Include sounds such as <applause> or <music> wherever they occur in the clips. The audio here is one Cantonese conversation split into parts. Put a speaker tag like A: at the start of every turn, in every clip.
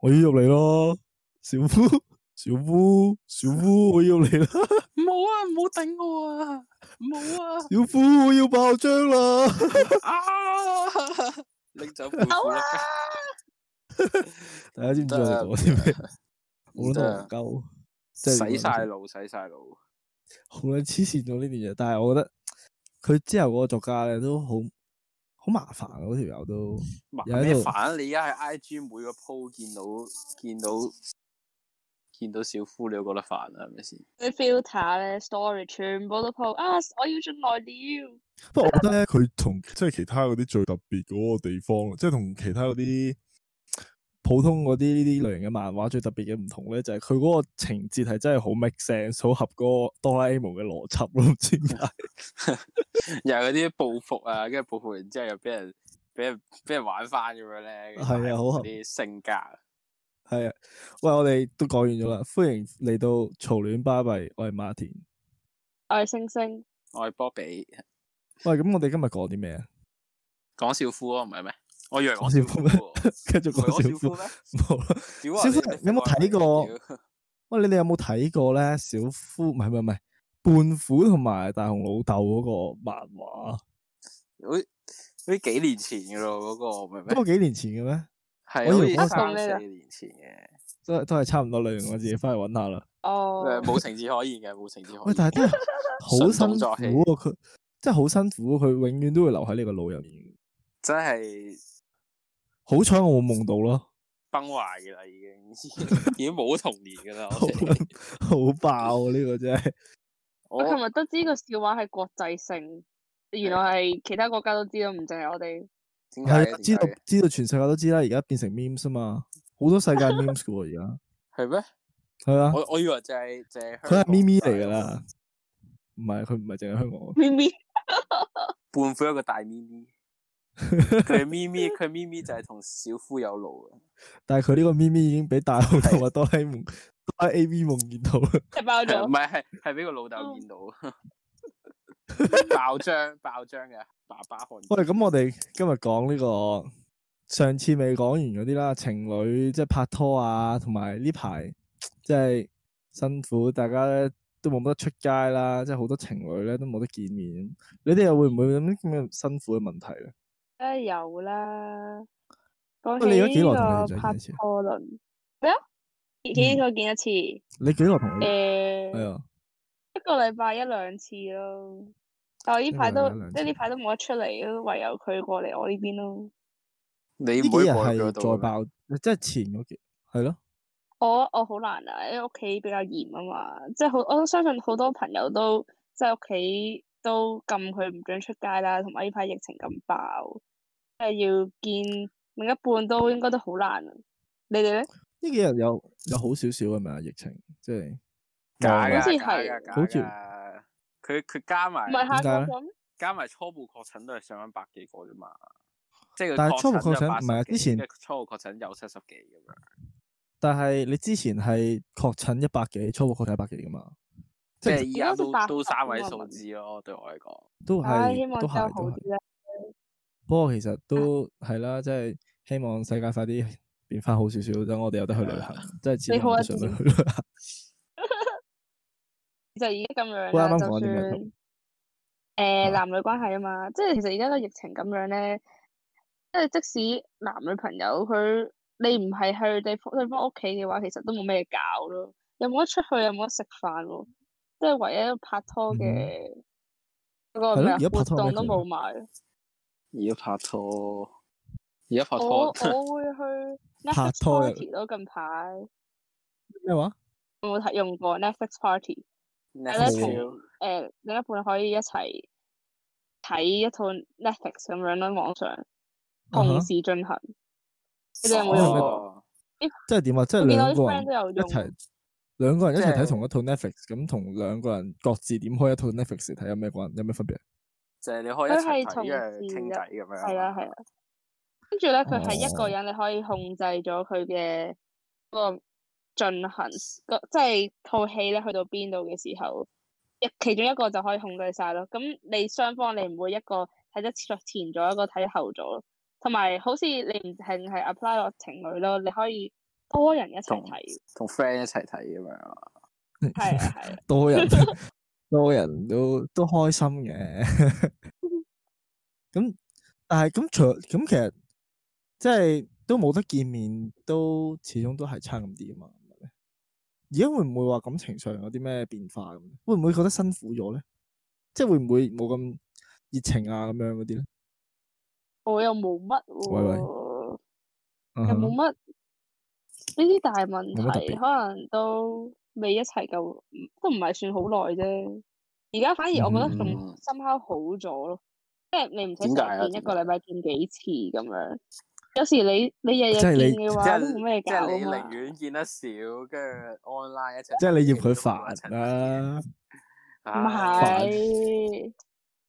A: 我要入嚟咯，小夫，小夫，小夫，我要入嚟啦，
B: 冇啊，唔好頂我啊，冇啊，
A: 小夫，我要爆漿啦！
B: 啊，拎走背褲啦，
A: 大家知唔知我
B: 得啊
A: 哋講啲咩？ <laughs> 好
B: 唔
A: 撚
B: 得啊
A: 戇鳩，即係
B: 洗晒腦，洗晒腦，
A: <laughs> 好撚黐線咗呢段嘢。但係我覺得佢之後嗰個作家咧都好好麻煩啊，嗰條友都
B: 麻
A: 有喺
B: 咩
A: 度
B: 煩啊？你而家喺 IG 每個 po 見到見到見到小夫，你都覺得煩啊？係咪先？
C: 佢 filter 咧 story 全部都 po 啊！我要進來了，
D: 不過我覺得咧，佢同即係其他嗰啲最特別嗰個地方，即係同其他嗰啲
A: 普通嗰啲呢啲類型嘅漫畫最特別嘅唔同咧，就係佢嗰個情節係真係好 make sense，好合嗰個哆啦 A 夢嘅邏輯咯，唔知點 <laughs> 解。
B: 又係嗰啲報復啊，跟住報復完之後又俾人俾人俾人玩翻咁樣咧，
A: 係啊
B: 跟住
A: 好合
B: 嗰啲性格
A: 係啊，喂，我哋都講完咗啦，歡迎嚟到嘈亂巴閉，我係 Martin。
C: 我係星星，
B: 我係波比，
A: 喂，咁我哋今日講啲咩啊？
B: 講小夫啊，唔係咩？我以為
A: 講小夫咩 <laughs>
B: 喎
A: 繼續
B: 唔係
A: 講
B: 講小
A: 小
B: 夫
A: 夫。
B: 咩？
A: <laughs> 冇啦。
B: 小啊
A: 小夫
B: 你
A: 有冇睇過喂，你哋有冇睇過咧？小夫唔係唔係唔係，胖虎同埋大雄老豆嗰個漫畫，
B: 屌好好似幾年前嘅咯，嗰、個明唔
A: 嗰個
B: 明？
A: 幾年前嘅咩？
B: 係
A: 我
B: 好
A: 以為
B: 似
A: 嗰個
B: 三
C: 咩啊
B: 四年前嘅，
A: 都都係差唔多類型，我自己翻去揾下啦。
C: 哦
B: 誒，冇情字可言嘅，冇情字可言。
A: 喂，但係
B: <laughs>
A: 真係好
B: 順動
A: 辛苦
B: 作
A: 啊！
B: 戲
A: 佢真係好辛苦，啊佢永遠都會留喺你個腦入面。
B: 真係
A: 好彩我冇夢到咯，
B: 崩壞嘅啦，已經已經冇童年嘅啦。
A: 好 <laughs> 好爆啊呢個真係。
B: 我
C: 我
B: 哋
C: 琴
B: 我
C: 日得知個笑話係國際性，原來係其他國家都知道，唔淨係我哋。
A: <laughs>
B: 點解
A: 係
B: 嘅
A: 啊知道
B: 點解嘅
A: 知道全世界都知啦，而家變成 memes 啊嘛，好多世
B: <laughs>
A: 界 memes 噶喎而
B: 係咩？
A: 家。係啊，
B: 我我以為就係就係
A: 佢係咪
B: 咪
A: 咪
B: 咪
A: 嚟噶，啦，唔係佢唔係淨係香港。
C: 咪咪
B: 胖虎一個大咪
A: <laughs>
B: 咪，佢係咪咪，佢咪咪就係同小夫有路嘅。
A: 但係佢呢個咪咪已經俾大雄同埋哆啦 A 夢、哆啦 A V 夢見到啦。
C: 踢爆
B: 唔
C: 咗，
B: 係啊係係俾個老
C: 嗯
B: 豆見到， <laughs> 爆漿爆漿嘅爸爸看見。
A: 喂，咁我哋今日講呢、個上次未講完嗰啲啦，情侶即係拍拖啊，同埋呢排即係辛苦，大家咧都冇乜得出街啦，即係好多情侶咧都冇得見面。你哋又會唔會有啲咁嘅辛苦嘅問題咧？
C: 梗係有啦。講
A: 喂你而家
C: 起
A: 幾
C: 呢
A: 耐同女仔
C: 個
A: 見
C: 拍
A: 一次啊
C: 拖論，咩啊？幾幾個見一次？
A: 你幾耐同你？嗯係
C: 誒，
A: 啊，
C: 一個禮拜一兩次咯。但我呢排
A: 一個禮
C: 都
A: 拜一兩
C: 即係
A: 次
C: 呢排都冇得出嚟，都唯有佢過嚟我呢邊咯。
B: 你
A: 呢
B: 唔
A: 幾
B: 可以
A: 日
B: 望佢
A: 係
B: 度
A: 再
B: 嘅咩
A: 爆，即係前嗰幾係咯。
C: 我我好難啊，因為屋企比較嚴啊嘛，即係好我相信好多朋友都即係屋企都禁佢唔准出街啦，同埋呢排疫情咁爆，即係要見另一半都應該都好難啊。你哋咧？
A: 呢幾日有有好少少係咪啊？疫情即係
B: 假
A: 冇
B: 噶，
A: 啦
C: 好似
B: 假
C: 係
B: 㗎假
A: 好似
B: 㗎佢佢加埋
C: 唔係下
A: 點解
C: 個
A: 咧
C: 咁，
B: 加埋初步確診都係上緊百幾個啫嘛，即係佢
A: 但係初步確診
B: 就80
A: 唔係啊
B: 幾
A: 之前
B: 跟住初步確診有七十幾咁樣，
A: 但係你之前係確診一百幾，初步確診一百幾噶嘛，即
B: 即
A: 係
B: 係依家
C: 應該
B: 都
C: 都八十
B: 都三位
C: 咁啊
B: 數
C: 文
B: 字咯，對我嚟講。
A: 都
C: 唉，希
A: 係
C: 望
A: 都
C: 之後
A: 係
C: 好
A: 都係
C: 啲。啦。
A: 不過其實都
C: 啊
A: 係啦，即係希望世界快啲變翻好少少，等我哋有得去旅
C: <laughs>
A: 行，即係始
C: 你好
A: 終
C: 啊
A: 都想去旅行。
C: 就而家咁樣
A: 喂啱
C: 啦，
A: 啱
C: 就
A: 講咗啲咩
C: 算誒
A: 啊
C: 男女關係啊嘛，即係其實而家個疫情咁樣咧，即係即使男女朋友佢你唔係去對方對方屋企嘅話，其實都冇咩搞咯，又冇得出去，又冇得食飯喎，即係唯一一個拍拖嘅嗰個
A: 嗯係咯
C: 咩啊
A: 而家
C: 活
A: 拍拖有
C: 動
A: 咩
C: 都
A: 做
C: 冇埋。
B: 而家拍拖，而家拍
C: 我
B: 拖
C: 我會去 Netflix
A: 拖嘅
C: party 咯，近排
A: 咩話？
C: 有冇睇用過 Netflix party？
B: Netflix
A: 冇
B: 要
C: 誒、呃另一半可以一齊睇一套 Netflix 咁樣咯，網上
A: 啊哈
C: 同時進行。你哋有冇
A: 哦
C: 用過？
B: 哦
A: 即係點啊？即係
C: 我見到
A: 兩
C: 啲
A: 個
C: friend
A: 人
C: 都有
A: 一
C: 用，
A: 齊，兩個人一齊
B: 即係
A: 睇同一套 Netflix，咁同兩個人各自點開一套 Netflix 嚟睇有咩關？有咩分別？
B: 就係你可以
C: 佢
B: 一齊
C: 係
B: 睇
C: 同
B: 嘅
C: 時
B: 傾
C: 入
B: 偈咁樣。
C: 係啊係啊。跟住咧，佢係一
A: 哦
C: 個人，你可以控制咗佢嘅嗰個進行，個即係套戲咧去到邊度嘅時候，一其中一個就可以控制晒咯。咁你雙方你唔會一個睇得前咗，一個睇後咗咯。同埋好似你唔淨係 apply 落情侶咯，你可以多人一齊
B: 同
C: 睇，
B: 同 friend 一齊睇咁樣啊。
C: 係
A: <laughs>
C: 啊係啊，
A: 多
C: <laughs>
A: 人多人都都開心
C: <laughs>
A: 嘅。咁但係咁除咁其實即係都冇得見面，都始終都係差咁啲啊嘛。而家會唔會話感情上有啲咩變化咁？會唔會覺得辛苦咗咧？即係會唔會冇咁熱情啊咁樣嗰啲咧？
C: 我又冇乜
A: 喂喂
C: 喎，
A: 嗯
C: 又
A: 哼
C: 冇乜呢啲大問
A: 冇乜特
C: 題，
A: 別
C: 可能都未一齊夠，都唔係算好耐啫。而家反而我覺得仲
B: 嗯
C: 深刻好咗咯，即係你唔使
B: 點解啊
C: 成日見一
B: 點
C: 個禮拜見幾次咁樣。有時你你日日
A: 即係
C: 見
A: 你
C: 嘅
B: 即
C: 話
B: 係
C: 都冇咩
B: 即
C: 搞
B: 係
C: 啊
B: 你
C: 嘛
B: 寧。願見得少，跟住 online 一齊。
A: 即係你嫌佢煩啦、
C: 唔
B: 唉，
A: 煩
C: 係，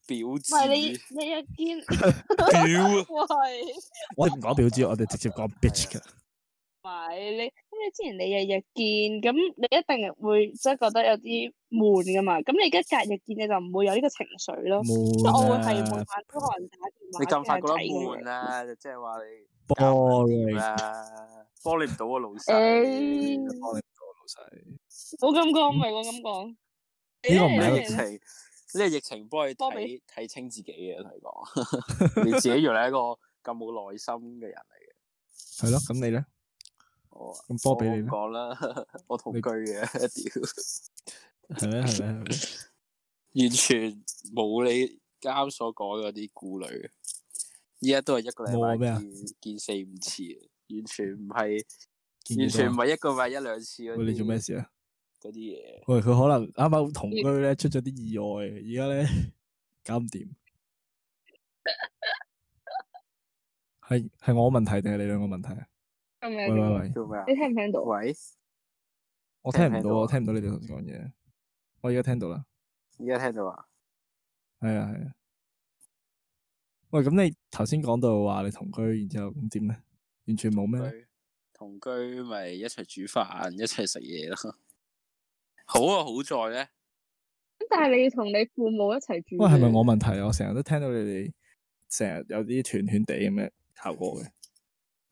B: 表
C: 唔係你
B: 子。
C: 你日見 <laughs>
B: 啊
D: 屌，
C: 喂。
A: 我哋唔講表姐，我哋直接講 bitch 㗎。
C: 唔係你，咁你之前你日日見，咁你一定會即係覺得有啲悶噶嘛。咁你而家隔日見，你就唔會有呢個情緒咯。即係哦我會係
A: 悶
C: 每晚
A: 啊
C: 都可能打電話
B: 你咁快覺得
C: 傾下偈咁
B: 悶
C: 樣。
B: 啦，就即係話你
A: ，boring
B: 啦，幫你唔到啊老
C: 誒
B: 細。
A: 幫你唔到
C: 冇咁講，唔係我咁講。
A: 嗯呢個唔
B: 呢
A: 係
B: 個
A: 一
B: 疫
A: 個
B: 情，呢個疫情幫你
C: 波比
B: 睇睇清自己嘅，同你講， <laughs> 你自己原來係一個咁冇耐心嘅人嚟嘅。
A: 老細，係咯，咁你咧？
B: 我啊
A: 咁波比你
B: 我
A: 咧
B: 唔？講啦， <laughs> 我同居嘅，屌。
A: 係咧係咧
B: <laughs>
A: 係咧，
B: 完全冇你啱所講嗰啲顧慮，依家都係一個
A: 冇啊
B: 禮
A: 咩啊
B: 拜見見四五次，啊完全唔係
A: 見
B: 完
A: 幾
B: 全唔
A: 多啊
B: 係一個禮拜一兩次嗰
A: 喂你
B: 啲
A: 做咩事啊？
B: 嗰啲嘢。
A: 喂，佢可能啱啱同居咧出咗啲意外，而家咧 <laughs> 搞唔掂。係係我問題定係你兩個問題啊？
C: 咁
A: 喂
C: 樣
A: 喂
C: 嘅。
A: 喂，
B: 做咩啊
C: 你？聽唔聽到？
B: 喂，
A: 我
B: 聽
A: 聽唔
B: 唔聽
A: 到
B: 到啊
A: 我聽唔到你哋頭先講嘢。我而家聽到啦，
B: 依家聽到啊？
A: 係啊係啊。喂，咁你頭先講到話你同居，然之後咁點咧？完全冇咩咧？
B: 佢同居咪一齊煮飯，一齊食嘢咯。 <laughs> 好啊，好在咧，
C: 咁但係你要同你父母一齊住。
A: 喂，係咪我？問題啊？我成日都聽到你哋成日有啲斷斷地咁嘅效果嘅。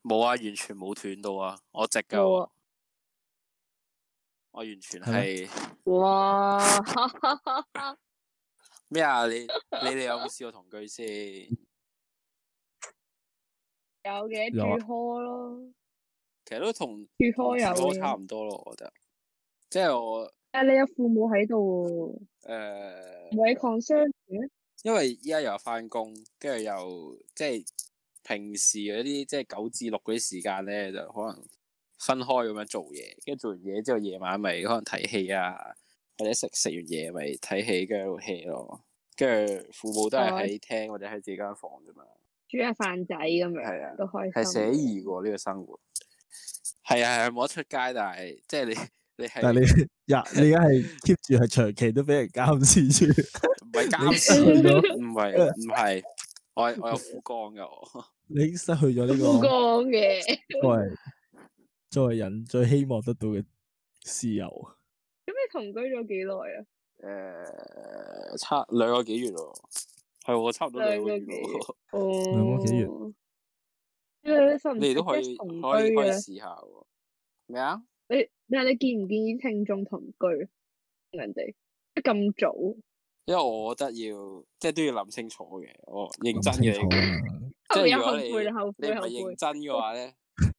B: 冇啊，完全冇斷到啊，我直噶，
C: 冇啊
B: 我完全
A: 係咩
B: 係
C: 哇！
B: 咩啊？你 <laughs> 你哋有冇試過同居先？
C: 有嘅
A: 有啊
C: 住 hall 咯，
B: 其實都同
C: 住
B: 我
C: hall 有
B: 都差
C: 嘅。
B: 唔多咯，我覺得。即係我
C: 但係你有父母喺度
B: 誒、呃
C: 喎，唔係 concern 嘅。
B: 因為依家又翻工，跟住又即係平時嗰啲即係九至六嗰啲時間咧，就可能分開咁樣做嘢，跟住做完嘢之後，夜晚咪可能睇戲啊，或者食食完嘢咪睇戲，跟住喺度 hea 咯。跟住父母都係喺廳或者喺自己間房啫嘛，
C: 煮下飯仔咁
B: 係啊
C: 樣，都開
B: 係
C: 心。
B: 寫意嘅喎呢個生活。係啊係啊，冇得出街，但係即係你你
A: 但係
B: 係
A: 你 <laughs> 呀，你而家係 keep 住係長期都俾人監視住，
B: 唔 <laughs> 係
A: <laughs>
B: 監
C: <laughs>
A: 你
B: 視
A: 失去咗，
B: 唔係唔係，我係我有苦光噶我。
A: 你失去咗呢
C: 唔
A: 個
C: 講嘅，
A: 作為作為人最希望得到嘅自由。
C: 咁你同居咗幾耐啊？
B: 誒、呃差兩個幾月咯，係喎，差唔多兩個月
C: 兩個幾
B: 喎。
C: 哦，
A: 兩個幾月
C: 你哋識唔
B: 你哋
C: 識
B: 都可以
C: suggest 同
B: 可以
C: 居
B: 可以
C: 嘅？
B: 試下喎。咩啊？
C: 你但係你建唔建議聽眾同居同人哋？即係咁早，
B: 因為我覺得要即係都要諗清楚嘅，我認真
A: 諗清楚
B: 嘅。
A: 啊
B: 即係
C: 後
B: 如果
C: 悔啦，哦後
B: 你
C: 悔
B: 唔係
C: 後悔
B: 認。真嘅話
C: <laughs>
B: 咧，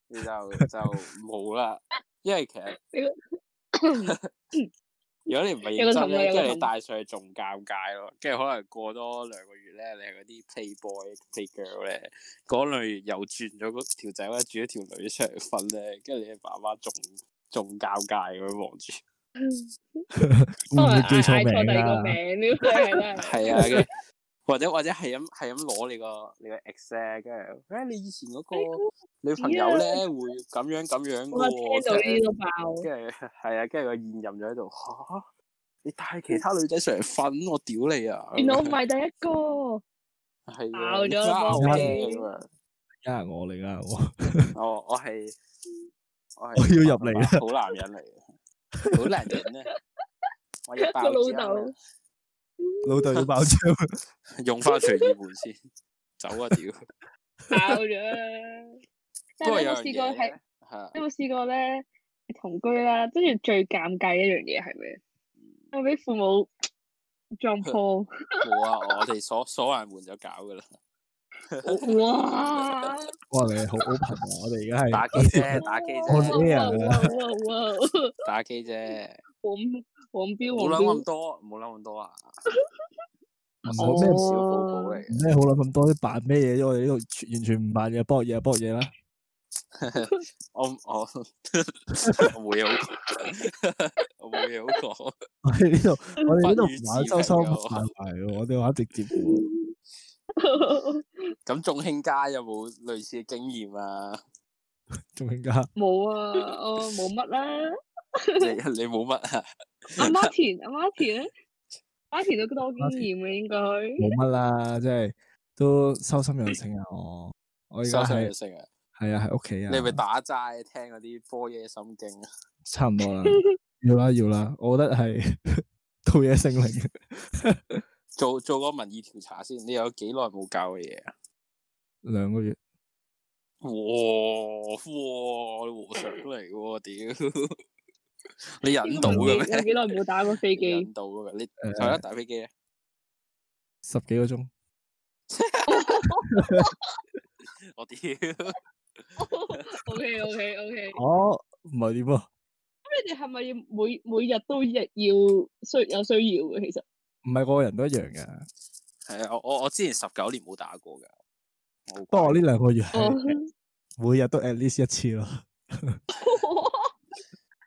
B: 你就就冇啦。因為其實 <laughs> 如果你唔係
C: 有個
B: 認真
C: 氹啊
B: 咧，跟
C: 有個
B: 住你
C: 氹
B: 帶上去仲尷尬咯。跟住可能過多兩個月咧，你係嗰啲 playboy、playgirl 咧，嗰兩個月又轉咗嗰條仔或者轉咗條女出嚟瞓咧，跟住你爸媽仲仲尷尬咁樣望住。
A: 會啊唔會
C: 嗌
A: 叫錯
C: 嗌第
A: 名
C: 二個
A: 啊？
C: 名呢個係啦，
B: 係啊，
C: <laughs>
B: 跟住或者或者係咁係咁攞你個你個 ex 咧，跟住誒哎你以前嗰
C: 啊
B: 個女朋友咧會咁樣咁樣嘅
C: 我
B: <laughs>
C: 聽到
B: 喎
C: 呢個爆，
B: 跟住係啊，跟住個現任就喺度吓，你帶
C: 嗯
B: 其他女仔上嚟瞓，我屌你啊！
C: 原來我唔係第一個，
B: 係
C: 爆
B: 啊，
C: 咗
B: 你
C: 啦
B: 好
A: 波
B: 驚
C: 比
B: 咁啊！
A: 呃我嚟噶，我
B: 我我係我
A: <laughs> 我
B: 係
A: 要入 <laughs> 嚟啊
B: 好男人嚟嘅，好男人啊！我要爆
C: 個老
B: 漿啊
C: 豆
A: 老豆要爆張，
C: <laughs>
B: 用翻隨意門先，走啊屌！
C: 爆
B: <laughs>
C: 咗啦！即
B: 不過
C: 係你
B: 有
C: 有冇
B: 樣
C: 試過
B: 嘢
C: 係
B: 呢？係啊
C: 你有冇試過咧同居啦？跟住最尷尬一樣嘢係咩？
B: 嗯
C: 我俾父母撞破，
B: <laughs> 冇啊！我哋 <laughs> 所所難門就搞噶啦，
C: 哇！
A: <laughs> 哇，你好 open 啊！我哋而家
B: 打
A: 係
B: 機啫，打機
A: 我
B: 啫，
A: 哋啲人啊
C: 哇哇哇哇哇 <laughs>
B: 打機啫，
C: 黃黃標
B: 冇
C: 黃
B: 諗咁
C: 標，
B: 多，冇諗咁多啊！
A: 唔
B: 我
A: 好
B: 唔
A: 咩
B: 少寶寶嚟嘅，
A: 咩好諗咁多，啲扮咩嘢？我哋呢度完全唔扮嘢，搏嘢就搏嘢啦。
B: 我唔我 <laughs> 我冇嘢好講， <laughs> 我冇嘢好講。
A: 我哋呢度我哋呢度
B: <laughs> 不予
A: 唔玩
B: 置
A: 收收
B: 評㗎
A: 埋埋喎，我哋玩直接嘅喎。
C: <laughs>
B: 咁仲慶家有冇類似嘅經驗啊？
A: 仲更加
C: 冇啊，我冇乜啦。
B: 你你冇乜啊？
C: 阿 Martin，阿 Martin 咧，Martin 都多經驗嘅應該。
A: 冇乜啦，即係都收心養性啊！我我而家
B: 收上
A: 係
B: 就食啊！
A: 係啊喺屋企啊，
B: 你係咪打齋聽嗰啲波耶心經啊？
A: 差唔多啦，要啦要啦，我覺得係 <laughs> 套嘢性靈，
B: 做做個民意調查先，你有幾耐冇教嘅嘢啊？
A: 兩個月
B: 哇哇，你和尚嚟喎，屌！你忍到嘅
C: 有幾
B: 咩？
C: 耐冇打過 <laughs> 飛
B: 你
C: 機？
B: 忍到嘅咩？你
A: 誒
B: 係啦，打飛機啊！
A: 十幾個鐘，
B: 我屌，你
C: O K O K O K，
A: 我唔係點啊？
C: 咁你哋係咪要每每日都日要需有需要嘅？其實
A: 唔係個個人都一樣嘅，
B: 係啊！我我我之前十九年冇打過㗎。我
A: <laughs>
B: 好
A: 不過我
B: 乖
A: 呢兩個月
C: <laughs>
A: 係
C: 哦，
A: 每日都 at least 一次咯。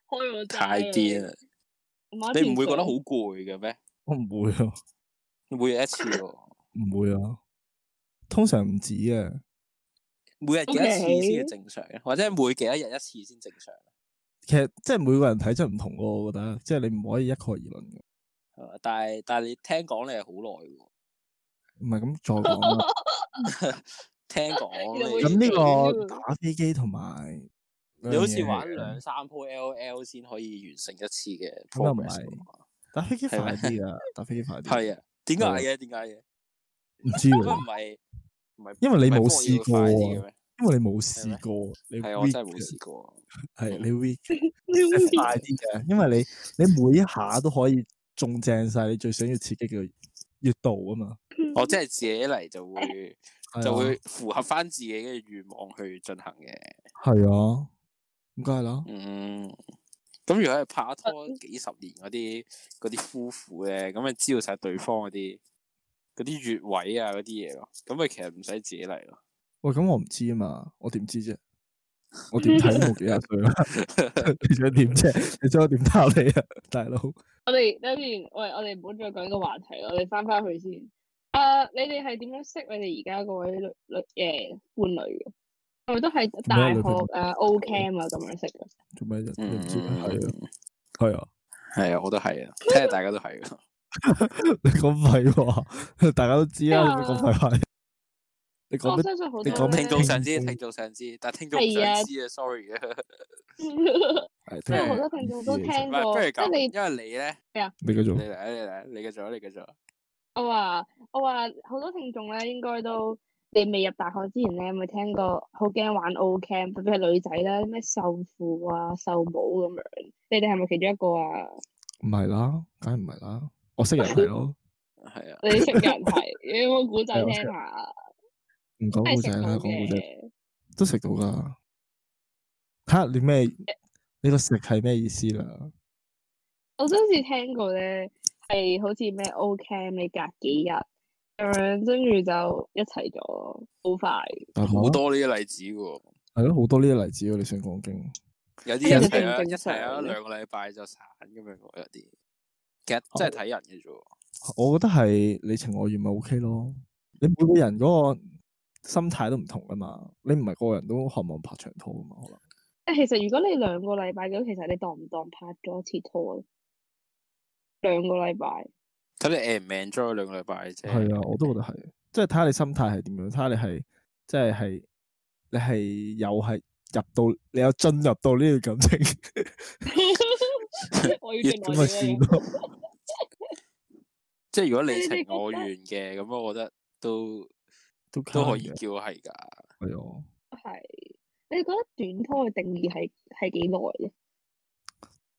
C: 開我
B: 太癲啦！
C: 啦
B: 你唔會覺得好攰嘅咩？
A: 我唔會啊，
B: 每日一次喎，
A: 唔會啊，通常唔止啊，
B: 每日幾多次先
C: OK
B: 係正常嘅，或者每幾多日一次先正常？啊
A: 其實即係每個人體質唔同喎，我覺得即係你唔可以一概而論嘅。
B: 係嘛？但係但係你聽講你係好耐喎，
A: 唔係咁再講
B: <laughs>
A: 啦。
B: 聽
C: <laughs>
B: 講
C: 你
B: 你
C: 會
A: 咁呢
C: 嗯
A: 個打飛機同埋
B: 你好似
A: 兩樣嘢
B: 玩兩三鋪 L L 先可以完成一次嘅
A: 咁又唔
B: progress
A: 係
B: 㗎嘛
A: 打飛機
B: 係
A: 快
B: 咪
A: 啲啊，打飛機快啲。
B: 係啊，點解嘅？點解嘅？
A: 唔知
B: 咁
A: 喎
B: 唔，係唔係
A: 因為你冇
B: 唔係
A: 試過
B: 波爾會快啲
A: 啊，因為
B: 嘅咩？
A: 你冇試過，你
B: 係啊我
A: weak
B: 真係冇
A: 嘅，
B: 試過。嗯
A: 係你 weak
C: <laughs> 你
A: 快啲嘅，因為你你每一下都可以中正晒你最想要刺激嘅穴道啊嘛，
B: 我真係自己嚟就會
A: 係啊
B: 就會符合翻自己嘅願望去進行嘅。
A: 係啊，咁梗係啦，
B: 嗯，咁如果係拍
C: 啊
B: 拖
C: 嗯
B: 幾十年嗰啲嗰啲夫婦咧，咁咪知道晒對方嗰啲嗰啲穴位啊嗰啲嘢咯，咁咪其實唔使自己嚟咯。
A: 喂，咁我唔知啊嘛，我點知啫？我點睇都冇幾廿歲啦，
B: <laughs>
A: 你想點啫？你想我點答你啊，大佬？
C: 我哋等陣，喂，我哋唔好再講呢個話題啦，我哋翻返去先。啊，你哋係點樣識你哋而家嗰位女女誒伴侶嘅？係咪都係大
A: 咩女朋友
C: 學啊 O Cam 啊咁樣識嘅？
A: 做咩啫？你
B: 嗯
A: 唔知咩係啊？係啊， <laughs>
B: 係啊，我都係啊，睇下大家都係啊。
A: 你講廢話，大家都知啦。你
C: 咩啊
A: 講廢話，你講
C: 我
A: 咩？
C: 哦相信好
A: 你
C: 多
A: 講咩
B: 聽
C: 咧
B: 眾想知，聽眾想知，但係聽眾唔
C: 係啊
B: 想知啊，sorry 啊。
A: 係
C: 因
A: 聽
C: 為好
A: 講
C: 多聽眾都
A: 咩
C: 聽
A: 嘢啫
B: 唔係，不如
C: 過，即係你
B: 咁，因為你咧，
A: 你繼
B: 你
A: 續。
B: 嚟啊，你嚟啊，你嘅咗，你嘅咗。
C: <laughs> 我話我話好多聽眾咧，應該都你未入大學之前咧，有冇聽過好驚玩 O Cam，特別係女仔啦，咩瘦褲啊、瘦帽咁樣，你哋係咪其中一個啊？
A: 唔係啦，梗係唔係啦。我識人係
C: <laughs>
A: 咯，
B: 係啊，
C: 你識人係，
A: <laughs>
C: 你有冇古仔
A: 係我
C: 聽
A: 識
C: 下？
A: 唔講
C: 真
A: 故
C: 係
A: 仔
C: 食到
A: 啦，講故仔
C: 嘅。
A: 都食到噶。睇下你咩？你個食係咩意思啦？
C: 我都好似聽過咧，係好似咩 O Cam，你隔幾日咁樣，跟住就一齊咗，好快。
A: 大佬
B: 好多呢啲例子喎。
A: 係咯，好多呢啲例子啊喎。你想講經
B: 有啲
C: 係
B: 一
C: 一
B: 齊
C: 定
B: 啊，
C: 正
B: 一齊啊，
C: 常
B: 兩個禮拜就散咁樣喎，有啲。其實真係睇人嘅啫喎。
A: 我覺得係你情我願咪 OK 咯。你每個人嗰個心態都唔同噶嘛，你唔係個個人都渴望拍長拖噶嘛，可能。
C: 但其實如果你兩個禮拜咁，其實你當唔當拍咗一次拖咧？兩個
A: <laughs>
C: 禮拜，
B: 睇你 en 唔 enjoy 兩個禮拜啫。
A: 係啊，我都覺得係，即係睇下你心態係點樣，睇下你係即係係你係有係入到你有進入到呢段感情
C: 我要
A: 咁
C: 進
A: 咪算
C: 我
A: 咯。
B: 即係如果你
C: 你哋
B: 情
C: 覺
B: 我
C: 得
B: 願嘅，咁我覺得都
A: 都
B: 都可
A: 啱
B: 以
A: 嘅
B: 叫係㗎。
A: 係啊，
C: 係，你哋覺得短拖嘅定義係係幾耐咧？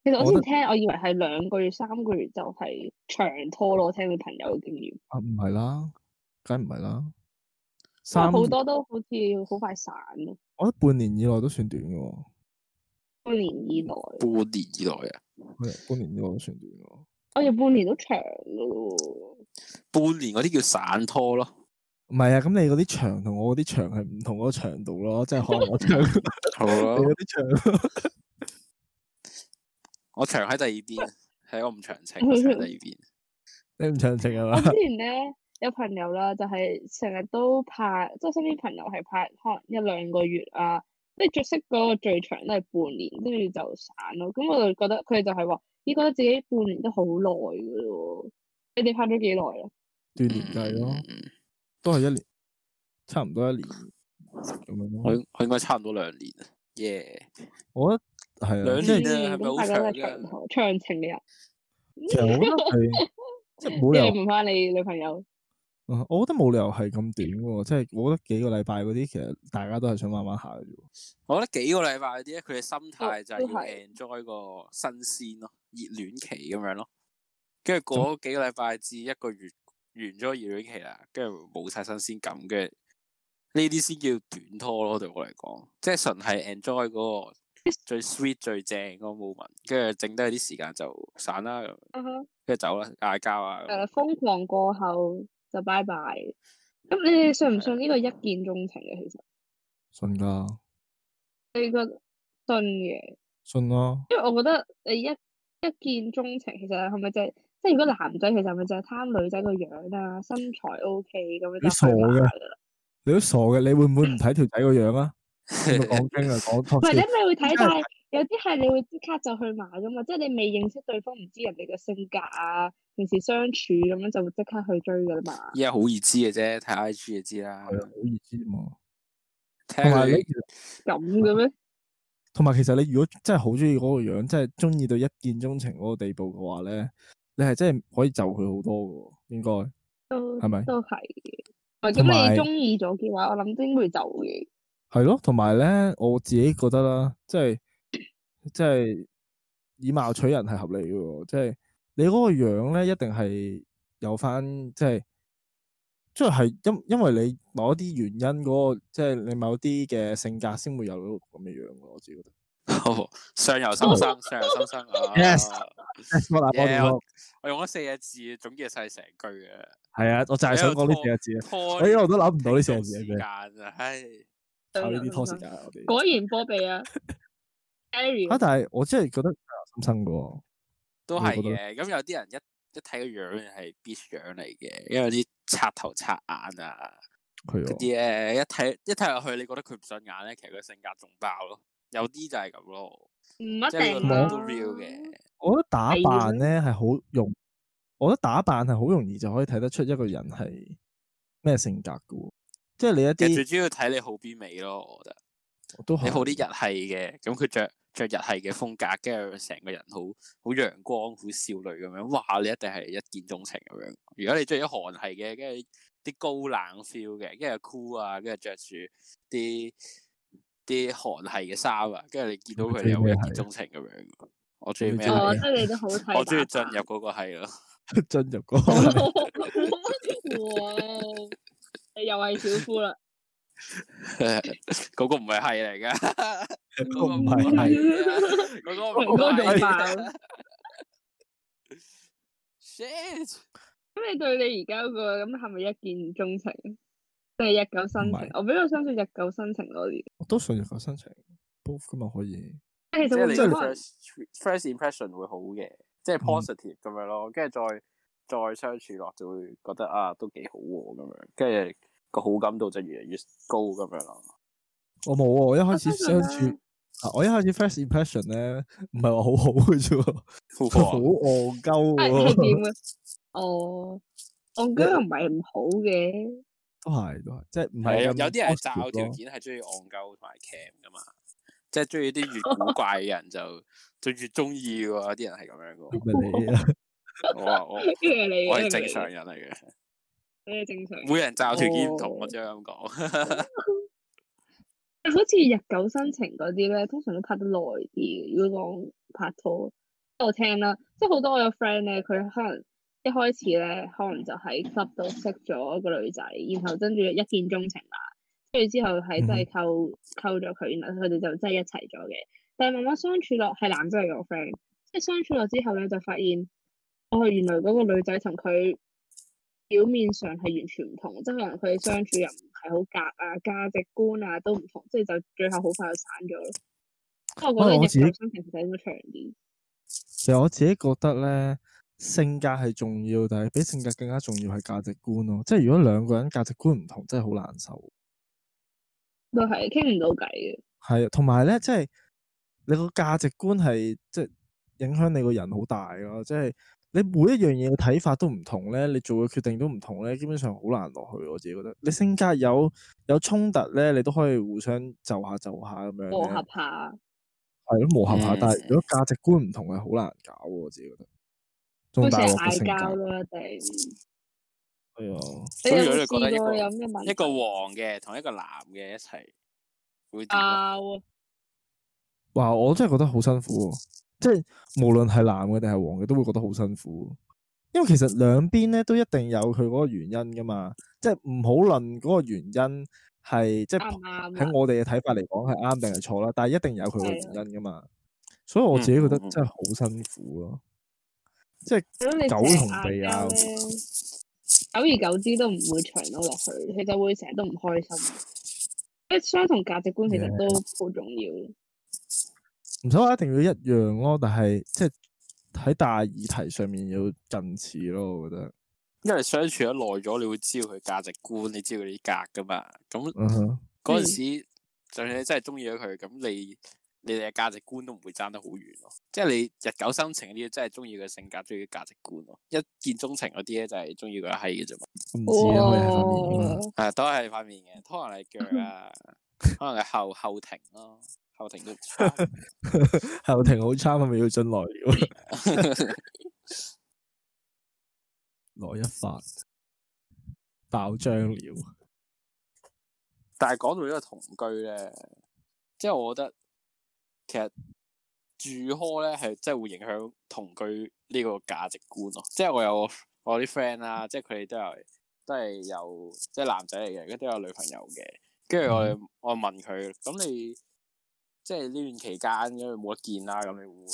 C: 其實我
A: 我覺
C: 之前
A: 得
C: 聽，我以為係兩個月、三個月就係長拖咯。我聽佢朋友嘅經驗，
A: 啊唔係啦，梗唔係啦，
C: 因為
A: 三
C: 好多都好似好快散咯，
A: 我覺得半年以內都算短嘅喎，
C: 半年以內，
B: 半年以內啊，
A: 係啊半年以內都算短嘅喎。
C: 我哋哦半年都長噶咯
B: 半年嗰啲叫散拖咯，
A: 唔係啊，咁你嗰啲長同我嗰啲長係唔同嗰個長度咯，即係可能 <laughs> 我長你
B: 好咯
A: 嗰啲長，
B: 我長喺第二邊，啊係我唔長情，我長喺第二邊。
A: 你唔長情係 <laughs>
C: 喎。我
A: 嘛？
C: 之前咧有朋友啦，就係成日都拍，即係身邊朋友係拍可能一兩個月啊，即係最識嗰個最長都係半年，跟住就散咯。咁我就覺得佢哋就係話，咦，覺得自己半年都好耐噶咯喎。你哋拍咗幾耐啊？
A: 段年計咯，
B: 嗯
A: 都係一年，差唔多一年咁樣
B: 我
A: 咯。
B: 應我應該差唔多兩年啊，耶！
A: 我覺得係啊，
B: 兩
A: 即
B: 年
A: 係
B: 啊係咪好
C: 咁嗯大家都
B: 長
C: 係
B: 㗎
C: 長頭長情嘅人，
A: 其實我覺得係 <laughs> 即係冇理
C: 即
A: 由
C: 係。問翻你女朋友，
A: 嗯我覺得冇理由係咁短喎，即係我覺得幾個禮拜嗰啲，其實大家都係想慢慢下嘅啫喎。
B: 我覺得幾個禮拜嗰啲咧，佢嘅心態就係
C: 都
B: 要
C: 係
B: enjoy 個新鮮咯，熱戀期咁樣咯。跟住過咗幾個禮拜至一個月完咗熱戀期啦，跟住冇晒新鮮感，跟住呢啲先叫短拖咯。對我嚟講，即係純係 enjoy 嗰個最
C: <laughs>
B: sweet 最正嗰個 moment，跟住剩低啲時間就散啦，咁
C: 啊哈
B: 跟住走啦，嗌交啊。
C: 誒瘋狂過後就拜拜。咁你
B: 嗯
C: 哋信唔信呢個一見鍾情啊嘅？其實
A: 信噶，
C: 你覺得信嘅，
A: 信咯。
C: 因為我覺得你一一見鍾情，其實係咪就係即係如果男仔其實係咪就係貪女仔個樣啊、身材 OK 咁樣就
A: 你傻
C: 去買
A: 嘅
C: 㗎啦？
A: 你都傻嘅，你會唔會唔睇條仔個樣 <laughs> 啊？咁咪講經啊，講
C: 唔
A: talk
C: 係
A: 先
C: 咧，你會睇，
A: 真係
C: 但係有啲係你會即刻就去買噶嘛，即係你未認識對方，唔知人哋嘅性格啊，平時相處咁樣就會即刻去追噶啦嘛。
B: 依家好易知嘅啫，睇 I G 就知啦。
A: 係啊好意思嘛。
B: 睇
A: 同
B: 下
A: 埋啊你
B: 佢
A: 其實，
C: 咁嘅咩？
A: 同埋其實你如果真係好中意嗰個樣，真係中意到一見鍾情嗰個地步嘅話咧，你係真係可以就佢好多嘅喎，應該。
C: 都
A: 係咪
C: 都係嘅。唔係
A: 同
C: 咁
A: 埋
C: 你中意咗嘅話，我諗都應該會走嘅。
A: 係咯，同埋咧，我自己覺得啦，即係即係以貌取人係合理嘅喎，即係你嗰個樣咧，一定係有翻即係，即係因因為你某一啲原因嗰、個，即係你某啲嘅性格先會有咁嘅樣咯，我自己
B: <laughs>
A: 覺得。 <laughs>
B: 好上游心生，上游心生啊
A: Yes 我
B: Yeah，我我用咗四隻字總結晒成句嘅，
A: 係啊，我就係想講呢四個字啊，
B: 拖
A: 我一路都諗唔到呢四個字
B: 時
A: 嘅
B: 間，啊，唉，
A: 靠呢啲拖時間啊我哋。
C: 果然波
A: <laughs>
C: 比啊 a r i
A: 啊，但係我真係覺得心生嘅喎，
B: 都
A: 我
B: 係
A: 覺得
B: 嘅。咁有啲人一一睇個樣係 b i 樣嚟嘅，因為啲刷頭刷眼啊
A: 佢
B: 嗰
A: 喎
B: 啲咧，一睇一睇落去，你覺得佢唔順眼咧，其實佢性格仲爆咯。有啲就係咁咯，
C: 唔一
B: 即係呢
C: 定啊
B: 個
C: 啦。
B: 都 real 嘅。
A: 我覺得打
C: 係
A: 扮咧係好容，我覺得打扮係好容易就可以睇得出一個人係咩性格噶喎，即係你一
B: 其實最
A: 啲
B: 主要睇你好邊美咯，我覺得。
A: 都係
B: 你好啲日系嘅，咁佢着着日系嘅風格，跟住成個人好好陽光、好少女咁樣，哇！你一定係一見鍾情咁樣。如果你中意啲韓系嘅，跟住啲高冷 feel 嘅，跟住酷啊，跟住着住啲啲韓系嘅衫啊，跟住你見到佢，你又會一見鍾情咁樣。我啊中意咩
A: 你
B: 係
A: 中
C: 哦，
A: 意
C: 即
A: 咩
C: 係你都好睇。啊
B: 我中意進入。
C: <laughs>
B: 嗰個係咯，
A: 進入 <laughs> 嗰個
C: 哇！你啊又係小夫
B: <laughs>
C: 啦，
B: 嗰個唔係係嚟噶， <laughs> 嗰個
A: 唔係係
B: 係， <laughs> 嗰個
C: 嗰
B: 唔
C: 個
B: 係
C: 仲爆。
B: 係。Shit！
C: 咁你對你而家嗰個咁係咪一見鍾情？定係日久生
A: 唔
C: 情
A: 係？
C: 我比較相信日久生情多啲。
A: 我都信入個申請 both 噶嘛可以，
C: 其實
B: 即係
C: 會
B: 你
C: 唔
B: 嘅
C: 會可能
B: first first impression 會好嘅，即係 positive 咁樣咯，跟住再再相處落就會覺得啊都幾好喎咁樣，跟住個好感度就越嚟越高咁樣咯。
A: 我冇啊，我一開始
C: 我
A: 相
C: 相信
A: 處
C: 啦
A: 啊，我一開始 first impression 咧唔係話好好嘅啫喎，
B: 好
A: 好戇鳩
C: 係係
A: 喎，
C: 點
A: <laughs>
C: 嘅？哦，我覺得唔係唔好嘅，
A: 都係都係，即係唔
B: 係
A: 係
B: 有
A: 咁
B: 有啲人係罩
A: positive
B: 條
A: 咯
B: 件係中意戇鳩同埋 cam 噶嘛，即係中意啲越古怪嘅人就就越中意喎，有啲人係咁樣
A: <laughs> 咪
B: 噶。
A: 你啊，
B: 我話我
C: 跟住你
B: 我係
C: 你
B: 正常人嚟嘅，
C: 你係正常人。
A: 哦
B: 每人罩條件唔同，我只可以咁講。
C: 好似日久生情嗰啲咧，通常都拍得耐啲。如果講拍拖，我聽啦，即係好多我有 friend 咧，佢可能一開始咧，可能就喺 club 度識咗個女仔，然後跟住一見鍾情啦，跟住之後係真係溝溝咗佢，然後佢哋就真係一齊咗嘅。但係慢慢相處落係男仔嚟嘅我 friend，即係相處落之後咧，就發現哦，原來嗰個女仔同佢表面上係完全唔同，即係可能佢哋相處又唔係好夾啊，價值觀啊都唔同，即係就最後好快就散咗咯。即係我覺
A: 可能
C: 得
A: 我
C: 日
A: 自己
C: 久生情其實應該長啲。
A: 其實我自己覺得咧，性格係重要，但係比性格更加重要係價值觀咯。即係如果兩個人價值觀唔同，真係好難受。
C: 都係傾唔到偈嘅，
A: 係啊，同埋咧，即係你個價值觀係即係影響你個人好大咯。即係你每一樣嘢嘅睇法都唔同咧，你做嘅決定都唔同咧，基本上好難落去。我自己覺得，你性格有有衝突咧，你都可以互相就下就下咁樣
C: 磨合啊
A: 咧，
C: 下。
A: 係咯磨合下。
B: 嗯
A: 但係如果價值觀唔同，係好難搞喎。我自己覺得，仲
C: 好
A: 大
C: 成日
A: 鑊嘅
C: 嗌
A: 性
C: 交
A: 格。
C: 咯，一定。
A: 係啊，
B: 所
C: 你
B: 以
C: 有
B: 如果
C: 冇
B: 你覺得
C: 試
B: 一個
C: 過有咩問題？
B: 一個黃嘅同一個藍嘅一齊會點啊？
C: 拗啊，
A: 哇！我真係覺得好辛苦喎，即係無論係男嘅定係黃嘅，都會覺得好辛苦。因為其實兩邊咧都一定有佢嗰個原因噶嘛，即係唔好論嗰個原因係即係
C: 啱唔啱啊
A: 喺？我哋嘅睇法嚟講係啱定係錯啦，但係一定有佢個
C: 係啊
A: 原因噶嘛。所以我自己覺得
B: 嗯嗯嗯
A: 真係好辛苦咯，即係
C: 如果你
A: 狗
C: 成日
A: 同
C: 嗌
A: 地
C: 交
A: 拗
C: 咧，久而久之都唔會長到落去，佢就會成日都唔開心。即係相同價值觀其實都好重要。
A: 唔使話一定要一樣咯，但係即係喺大議題上面要近似咯，我覺得。
B: 因為相處得耐咗，你會知道佢價值觀，你知道佢啲格噶嘛。咁
A: 嗯哼，
B: 嗰
C: 嗯
B: 陣時，就算你真係中意咗佢，咁你你哋嘅價值觀都唔會爭得好遠咯。即係你日久生情嗰啲，真係中意佢性格，中意佢價值觀咯。一見鍾情嗰啲咧，就係中意佢閪嘅啫嘛。
A: 唔知啊，可以係塊面㗎嘛。
B: 啊，都係塊面嘅，可能係腳啊，可能係後後庭咯，後庭都唔
A: <laughs>
B: 錯。
A: 後庭好慘，係咪要進來了？
B: <laughs>
A: 來一發爆漿了，
B: 但係講到呢個同居咧，即係我覺得其實住 hall 咧係真係會影響同居呢個價值觀咯。即係我有我啲 friend 啦，即係佢哋都有都係有即係男仔嚟嘅，佢都有女朋友嘅。跟住我哋我問佢，咁你即係呢段期間咁你冇得見啦，咁你會唔會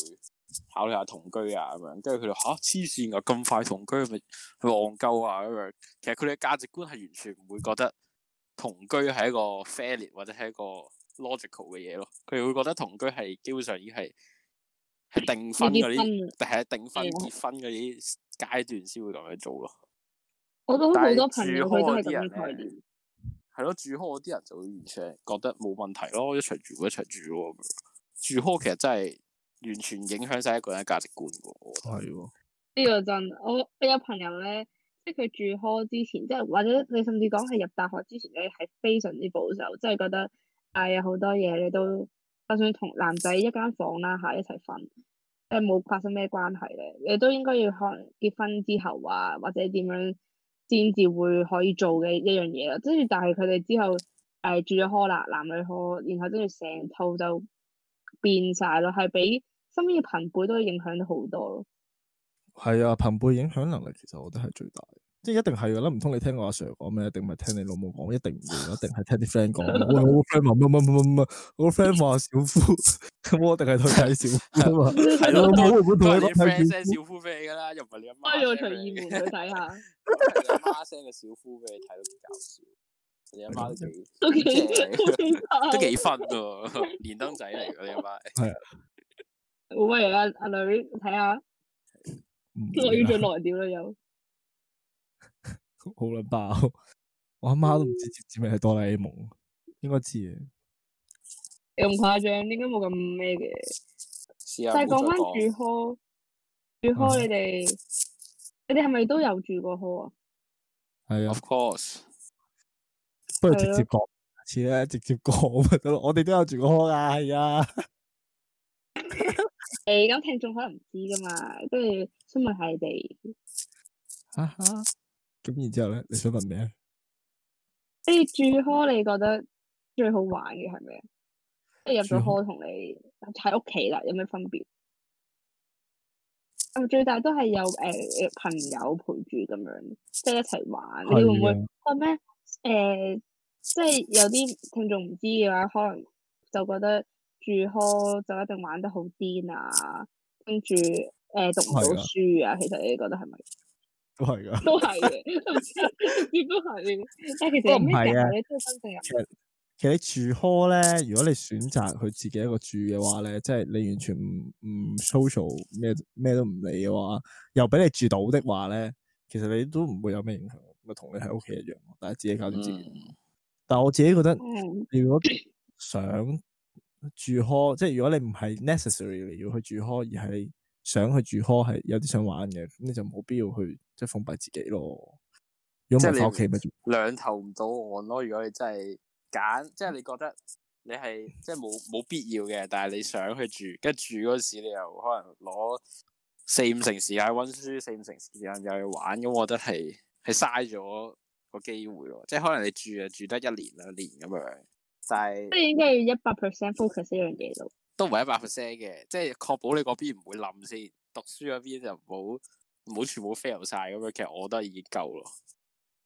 B: 考慮下同居啊咁樣？跟住佢哋吓黐線㗎，咁快同居咪咪戇鳩啊咁樣。其實佢哋嘅價值觀係完全唔會覺得同居係一個 fair 或者係一個 logical 嘅嘢咯。佢哋會覺得同居係基本上已經係係訂婚
C: 未
B: 嗰
C: 結婚
B: 啲，但係訂婚
C: 係啊
B: 結婚嗰啲階段先會咁樣做咯。
C: 我都好
B: 但係
C: 多朋友
B: 住
C: 佢都
B: 開嗰
C: 係咁樣
B: 啲人
C: 概
B: 咧
C: 念。
B: 係咯，住 hall 嗰啲人就會完全覺得冇問題咯，一齊住一齊住咯咁樣。住 hall 其實真係完全影響晒一個人嘅價值觀嘅，我覺得。
A: 係喎，
C: 呢個真，啊我我有朋友咧，即係佢住 hall 之前，即係或者你甚至講係入大學之前咧，係非常之保守，即係覺得哎呀好多嘢你都，就算同男仔一間房啦嚇一齊瞓，即係冇發生咩關係咧，你都應該要可能結婚之後啊，或者點樣先至會可以做嘅一樣嘢啦。跟住但係佢哋之後誒、呃住咗 hall 啦，男女 hall，然後跟住成套就變晒咯，係俾身邊嘅朋輩都影響到好多咯。
A: 係啊，朋輩影響能力其實我覺得係最大，即係一定係噶啦，唔通你聽我阿 Sir 講咩？一定唔係聽你老母講，一定唔會，一定係聽啲 friend 講。喂，我個 friend 話乜乜乜乜乜，我個 friend 話小夫，咁我一定係去睇小夫啊嘛。
B: 係
A: 我
B: 咯，
A: 老母會唔會
B: 都
A: 同你
B: 係
A: 講
B: 你
A: 睇
B: friend
A: 小
B: send
A: 夫？
B: 小夫俾你㗎啦，又唔係你阿媽 send
C: 開咗隨
B: 俾你
C: 意
B: 嘅。
C: 門去睇下，
B: <laughs> 係你阿媽 send 個小夫俾你睇都幾搞笑，你阿媽都幾
C: 都幾
B: 即係
C: 都幾慘
B: 都幾分喎，連登仔嚟㗎你阿媽。
C: 好喂，阿阿女睇下，我要再耐啲啦又。
A: 嗯好撚爆！我阿媽都唔知接唔知咩係哆啦 A 夢，應該知嘅。
C: 又咁誇張，應該冇咁咩嘅。
B: 試下
C: 但
B: 冇
C: 係
B: 再
C: 講翻
B: 講。嗯
C: 住 hall，住 hall 你哋，你哋係咪都有住過 hall 啊？
A: 係啊
B: Of，course，
A: 不如
C: 係
A: 直
C: 咯
A: 接講，下次咧直接講咪得咯。我哋都有住過啊，係啊。
C: 誒，咁聽眾可能唔知噶嘛，跟住想問下你哋，
A: 哈哈。
B: <laughs>
A: 咁然之後咧，你想問咩啊？
C: 你哋住 hall 你覺得最好玩嘅係咩啊？即係入
A: 最
C: 咗
A: 好
C: hall 同你喺屋企啦，有咩分別？啊最大都係有誒、呃朋友陪住咁樣，即係一齊玩。你會唔會
A: 係啊
C: 覺咩？誒、即係有啲聽眾唔知嘅話，可能就覺得住 hall 就一定玩得好癲啊，跟住誒讀唔到
A: 係㗎
C: 書啊。其實你覺得係咪？
A: 都係噶。
C: 都係嘅，
A: <laughs>
C: 亦都係嘅。但係其
A: 不過
C: 實
A: 唔
C: 有咩
A: 係啊
C: 教
A: 嘅
C: 你都真正入
A: 其實你住 hall 咧，如果你選擇佢自己一個住嘅話咧，即係你完全唔唔 social 咩咩都唔理嘅話，又俾你住到的話咧，其實你都唔會有咩影響，咪同你喺屋企一樣咯，但係自己搞掂自己。
B: 嗯
A: 但係我自己覺得，
C: 嗯
A: 你如果想住 hall，即係如果你唔係 necessary 你要去住 hall，而係你想去住 hall 係有啲想玩嘅，咁你就冇必要去即係封閉自己咯。如果唔
B: 即係
A: 係
B: 你
A: 翻屋企咪做
B: 兩頭唔到岸咯。如果你真係揀，即係你覺得你係即係冇冇必要嘅，但係你想去住，跟住住嗰時你又可能攞四五成時間温書，四五成時間又去玩，咁我覺得係係嘥咗個機會咯。即係可能你住啊住得一年兩年咁樣，但係
C: 即係應該要一百 percent focus 呢樣嘢度。
B: 都唔係一百 percent 嘅，即係確保你嗰邊唔會冧先。讀書嗰邊就唔好唔好全部 fail 晒咁樣，其實我覺得已經夠咯。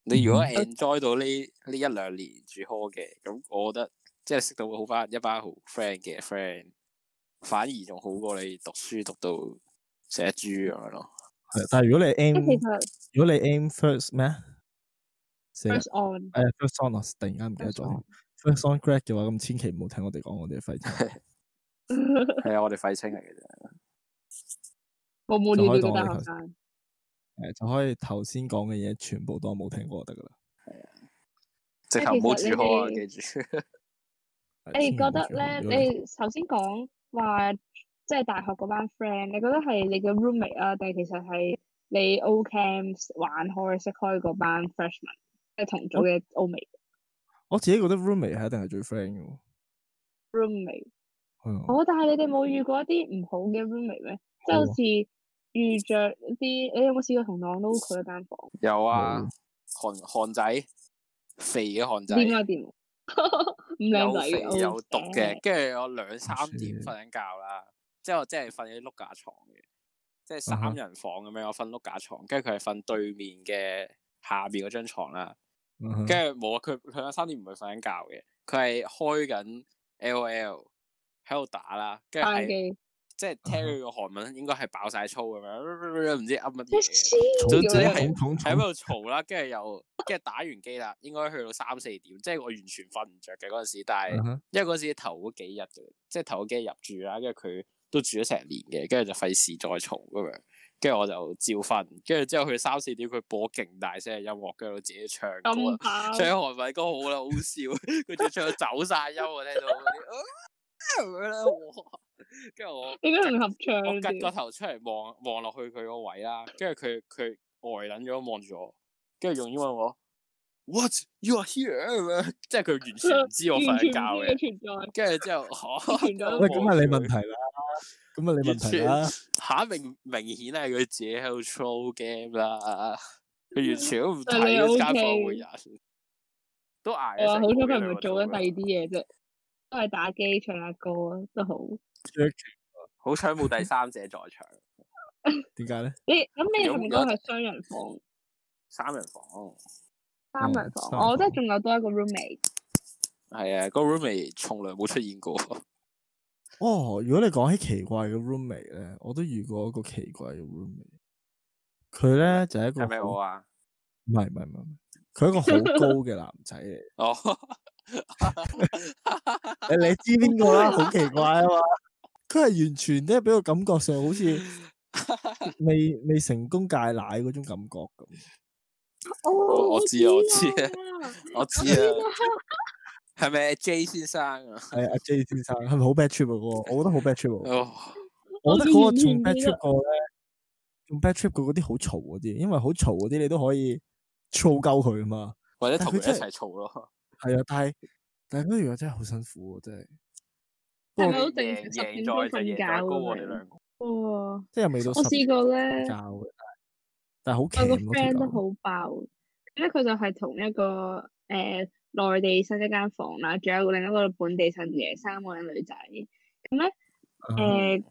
B: 你如果
C: 嗯
B: enjoy 到呢呢一兩年住 hall 嘅，咁我覺得即係識到好班一班好 friend 嘅 friend，反而仲好過你讀書讀到成一豬咁樣咯。
C: <laughs>
A: 係但係如果你
C: 即
A: aim
C: 係其實
A: 如果你 aim first 咩啊？死啦
C: first on
A: 誒 first on 我突然間唔記得
C: first
A: 咗
C: on，
A: 添。first on grad 嘅話，咁千祈唔好聽我哋講我哋嘅廢青。
B: 係啊，我哋廢青嚟嘅啫。
C: 冇冇聊
A: 就可以
C: 聊嘅
A: 當
C: 大
A: 我哋
C: 學生。
A: <laughs> 誒就可以頭先講嘅嘢全部當冇聽過就得噶啦。
B: 直頭唔好住 hall 啊，
C: 其實你
B: 記住。
A: 係
C: 你
A: 千祈唔
C: 覺
A: 好
C: 得
A: 住
C: 咧？
A: 如果你
C: 你頭先講話即係大學嗰班 friend，你覺得係你嘅 roommate 啊，定係其實係你 O camps 玩開識開嗰班 freshman，即係同組嘅 O 美
A: 我自己覺得 roommate 係一定係最 friend 嘅喎。
C: roommate？
A: 係啊
C: 哦，但係你哋冇遇過一啲唔好嘅 roommate 咩？即係好
A: 冇啊
C: 似遇着一啲，你有冇試過同 non local 一間房？
B: 有啊
A: 冇，
B: 韓韓仔，肥嘅韓仔。
C: 點啊點啊？ <laughs> 唔靚
B: 有
C: 仔
B: 肥
C: 嘅，
B: 有毒嘅，跟住我兩三
A: 算
B: 點瞓緊覺啦，之後我即係瞓喺碌架床嘅，即係
A: 啊哈
B: 三人房咁樣，我瞓碌架床，跟住佢係瞓對面嘅下邊嗰張床啦，
A: 嗯哼
B: 跟住冇啊，佢佢兩三點唔係瞓緊覺嘅，佢係開緊 L O L 喺度打啦，跟住
C: 單
B: 係
C: 機，
B: 即係聽佢個韓文應該係爆晒粗咁樣，唔知噏乜
C: 你
B: 嘢嘅。
C: 黐
A: 總
B: 總
A: 之
B: 之
C: 咗
B: 係
A: 係重
B: 喺度嘈啦，跟住又跟住打完機啦，應該去到三四點，即係我完全瞓唔着嘅嗰陣時，但係
A: 嗯哼
B: 因為嗰陣時頭嗰幾日嘅，即係頭嗰幾日入住啦，跟住佢都住咗成年嘅，跟住就費事再嘈咁樣，跟住我就照瞓，跟住之後佢三四點佢播勁大聲嘅音樂，跟住我自己唱歌啊
C: 咁
B: 啦，唱
C: 爆
B: 韓文歌好啦，好笑， <laughs> 佢仲唱到走晒音，我聽到嗰啲啊咁樣啦，哇跟住我。
C: 你嗰同合唱
B: 我擳
C: 添
B: 個頭出嚟望望落去佢個位啦，跟住佢佢呆撚咗望住我，跟住用英文我 What you are here 咁樣，即係佢完全唔知我瞓
C: 完全
B: 緊
C: 唔
B: 覺
C: 知
B: 嘅。
C: 你存在，
B: 跟住之後，哦嚇
C: 完全都
A: 喂，咁係你問題啦，咁啊你
B: 完
A: 問題
B: 全
A: 啦，
B: 嚇明明顯係佢自己喺度 troll game 啦，佢完全都唔
C: 但係你
B: 睇呢間
C: OK
B: 房會人，都捱咗
C: 我話
B: 啊成
C: 好彩
B: 個幾
C: 佢
B: 兩
C: 唔
B: 個
C: 係做
B: 鐘啦
C: 緊第二啲嘢啫，都係打機唱下歌啊都好。
B: 好彩冇第三者在場，
A: 點解咧？
C: 你咁你
B: 有
C: 係咪
B: 有
C: 講係雙人房、
B: 三人房。
C: 三人
A: 嗯三人
C: 房？哦我即係仲有多一個 roommate，
B: 係啊，個 roommate 從來冇出現過。
A: 哦，如果你講起奇怪嘅 roommate 咧，我都遇過一個奇怪嘅 roommate。佢咧就係一個
B: 係咪
A: 好
B: 我啊？
A: 唔係唔係唔係，佢係一個好高嘅男仔嚟。
C: <laughs>
B: 哦， <laughs>
A: 你你知邊個啦？好奇怪啊嘛！佢係完全咧，俾我感覺上好似
C: <laughs>
A: 未未成功戒奶嗰種感覺咁。
C: 哦，
B: 我知啊我知啊
C: 啊，
B: 我知啊，係咪 J 先生啊？
A: 係阿 J 先生係咪好 bad trip 啊？嗰個我覺得好 bad trip 啊！
B: 哦，
A: 我覺得嗰個仲 bad
C: 我
A: trip 過咧，仲 bad trip 過嗰啲好嘈嗰啲，因為好嘈嗰啲你都可以操鳩佢啊嘛。
B: 或者同佢
A: 但佢真
B: 一
A: 係
B: 齊嘈咯。
A: 係啊，但係但係嗰樣真係好辛苦喎，真係
C: 係
B: 贏
C: 咪好定
B: 贏
C: 十
B: 咗
C: 點鐘
B: 就
C: 瞓
B: 贏
C: 覺
B: 咗高我
C: 咁
B: 哋
C: 樣？
B: 兩個。
C: 哇！
A: 即係又未到
C: 我
A: 十點
C: 試過咧。
A: 教嘅，但係好
C: 我個
A: 強嗰
C: friend
A: 條
C: 都
A: 友。
C: 好爆，咁咧佢就係同一個誒、呃內地新一間房啦，仲有另一個本地新嘅，三個人女仔。咁咧呃誒，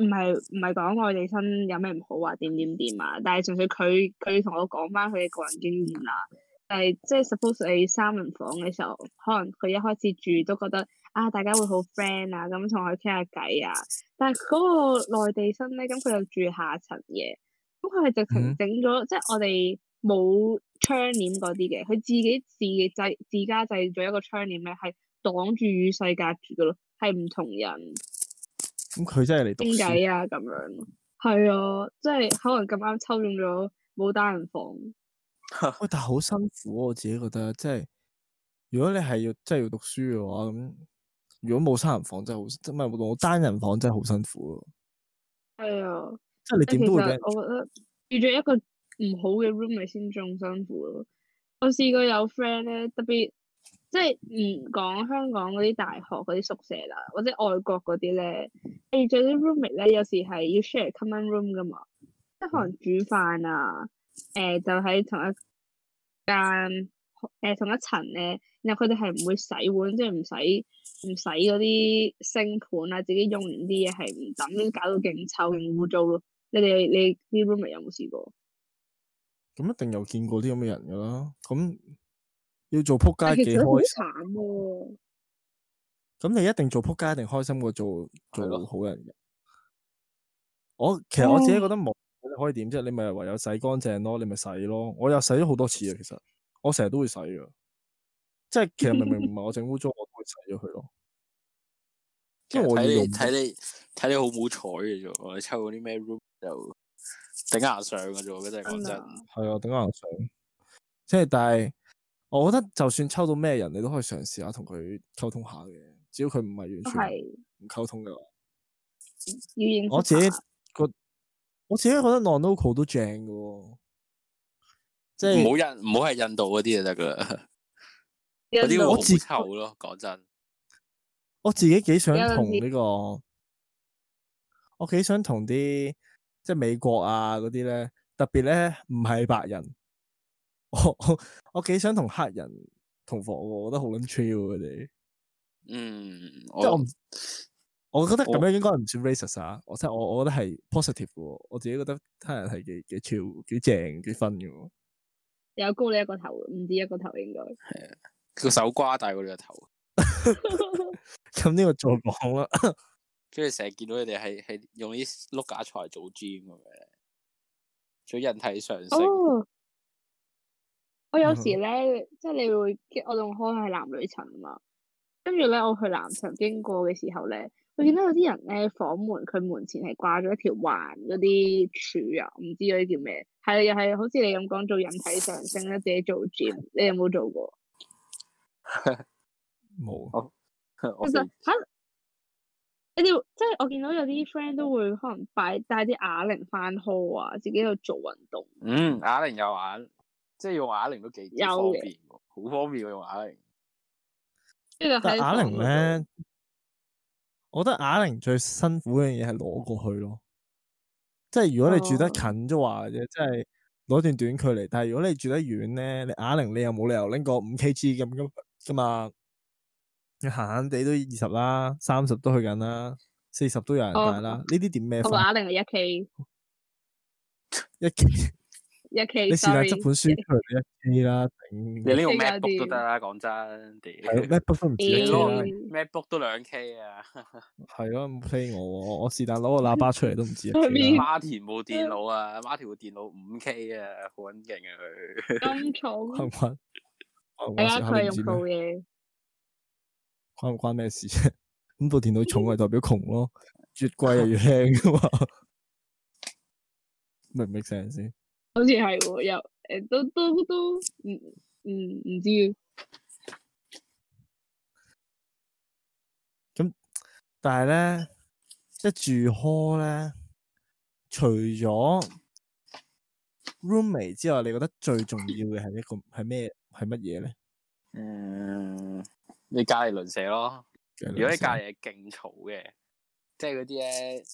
C: 唔係唔係講內地新有咩唔好啊，點點點啊，但係純粹佢佢同我講翻佢嘅個人經驗啦。但係即係 suppose 你三人房嘅時候，可能佢一開始住都覺得啊，大家會好 friend 啊，咁同佢傾下偈啊。但係嗰個內地生咧，咁佢又住下層嘅，咁佢係直
A: 嗯
C: 情整咗，即係我哋冇窗簾嗰啲嘅，佢自己自己製自家製咗一個窗簾咧，係擋住與世隔絕嘅咯，係唔同人
A: 咁佢真係嚟讀
C: 傾
A: 書，
C: 偈啊咁樣咯。係啊，即係可能咁啱抽中咗冇單人房，
A: 喂，但係好辛苦啊喎我自己覺得，即係如果你係要真係要讀書嘅話，咁如果冇三人房真係好，唔係冇單人房真係好辛苦喎，
C: 係啊。
A: 即係你
C: 即係
A: 點
C: 其
A: 都會俾人
C: 實我覺得遇咗一個唔好嘅 roommate 先仲辛苦咯。我試過有 friend 咧，特別即係唔講香港嗰啲大學嗰啲宿舍啦，或者外國嗰啲咧，你遇咗啲 roommate 咧，有時係要 share common room 噶嘛，即係可能煮飯啊，誒、就喺同一間誒、同一層咧，然後佢哋係唔會洗碗，即係唔使唔洗嗰啲星盤啊，自己用完啲嘢係唔抌，搞到勁臭勁污糟咯。你哋你啲 roommate 有冇試過？
A: 咁一定有見過啲咁嘅人噶啦，咁要做撲
C: 但
A: 街
C: 其
A: 幾
C: 實都好
A: 開心，
C: 慘喎，
A: 咁你一定做撲街一定開心過做
B: 係咯
A: 做好人嘅。我其實我自己覺得冇，你可以點啫？你咪唯有洗乾淨咯，你咪洗咯。我又洗咗好多次啊，其實我成日都會洗噶，即係其實明明唔係我整污糟，我都會洗咗佢咯。
B: 其實
A: 因為我要
B: 睇
A: 用
B: 你睇你睇你好冇彩嘅啫喎，你抽嗰啲咩 room 就頂硬上嘅啫喎，嗰真係講
C: 真
B: 真
C: 啊。
A: 係啊，等下想，即係但係，我覺得就算抽到咩人，你都可以嘗試下同佢溝通下嘅，只要佢唔係
C: 都
A: 完全
C: 係
A: 唔溝通嘅話，
C: 要認識
A: 我自己
C: 下
A: 覺，我自己覺得 non-local 都正嘅喎，即
B: 唔
A: 係
B: 好印唔好係印度嗰啲就得噶啦，
C: 有
B: 嗰
C: 陣時
B: 啲
A: 我自
B: 會好臭咯，講真。
A: 我自己幾想
C: 有陣
A: 同
C: 時
A: 呢、個，我幾想同啲即係美國啊嗰啲咧，特別咧唔係白人，我我我幾想同黑人同房喎，我覺得好撚 chill 佢哋。
B: 嗯，
A: 即係我
B: 我
A: 唔我覺得咁
B: 我
A: 樣應該唔算 racist 啊！我即係我，我覺得係 positive 嘅喎。我自己覺得他人係幾幾 chill、幾正、幾分嘅喎。
C: 有高你一個頭，唔止一個頭應該。
B: 個手瓜大過你個頭，
A: 咁呢個再講啦。
B: 跟住成日見到佢哋係係用啲碌架材做 gym 咁樣，做人體上升。
C: 哦，我有
A: 嗯
C: 時咧，即係你會，我仲開係男女層啊嘛。跟住咧，我去男層經過嘅時候咧，我見到有啲人咧房門，佢門前係掛咗一條環嗰啲柱啊，唔知嗰啲叫咩，係又係好似你咁講做引體上升咧，自己做 gym，你有冇做過？
A: 冇
B: 我 <laughs> 我
C: 哦其實嚇，你哋即係我見到有啲 friend 都會可能擺帶啲啞鈴翻 hall 啊，自己喺度做運動。
B: 嗯，啞鈴有啞，即係用啞鈴都幾幾
C: 有
B: 方
C: 嘅
B: 便喎，好方便喎用啞鈴。
C: 跟住
A: 但啞
C: 喺房嗰度
A: 鈴咧，我覺得啞鈴最辛苦嘅嘢係攞過去咯。即係如果你住得
C: 哦
A: 近啫話嘅，即係攞段短距離。但係如果你住得遠咧，你啞鈴你又冇理由拎個五 kg 咁咁噶嘛。你閒閒地都二十啦，三十都去緊啦，四十都有人
C: 哦
A: 帶啦。呢啲點咩
C: 我
A: 分
C: 個？啞鈴係一 K
A: 一 K
C: 一 K，
A: 你是但
C: sorry
A: 執本書出嚟你一 K 啦，
B: 你
A: 頂
B: 呢個
C: 即係嗰
B: MacBook
C: 嗯啲
B: 都得啦，講真，屌
A: 係咩不分唔止一
B: 你
A: K
B: 攞
A: 啦，
C: <laughs> 咦
B: MacBook 都兩 K 啊，
A: 係咯唔 play 我喎，我是但攞個喇叭出嚟都唔止一 K
C: 對面
A: 啦，
B: Martin 部電腦啊，Martin 部電腦五 K 啊，好撚勁啊佢。
C: 咁重
A: <laughs> 關唔，關？關唔
C: 係
A: 關
C: 啊，
A: 事啊
C: 佢係
A: 你唔
C: 用
A: 知
C: 部
A: 咩
C: 嘢，
A: 關唔關咩事啫？咁部電腦重係代表窮
C: <laughs>
A: 咯，越貴又越輕噶嘛， <laughs> 明唔明成先？
C: 好似係喎，又誒都都都唔唔唔知，
A: 但係咧，即係住 hall 咧，除咗 roommate 之外，你覺得最重要嘅係一個係咩係乜嘢咧？
B: 嗯，你隔離鄰舍咯。如果你隔離係勁嘈嘅，即係嗰啲咧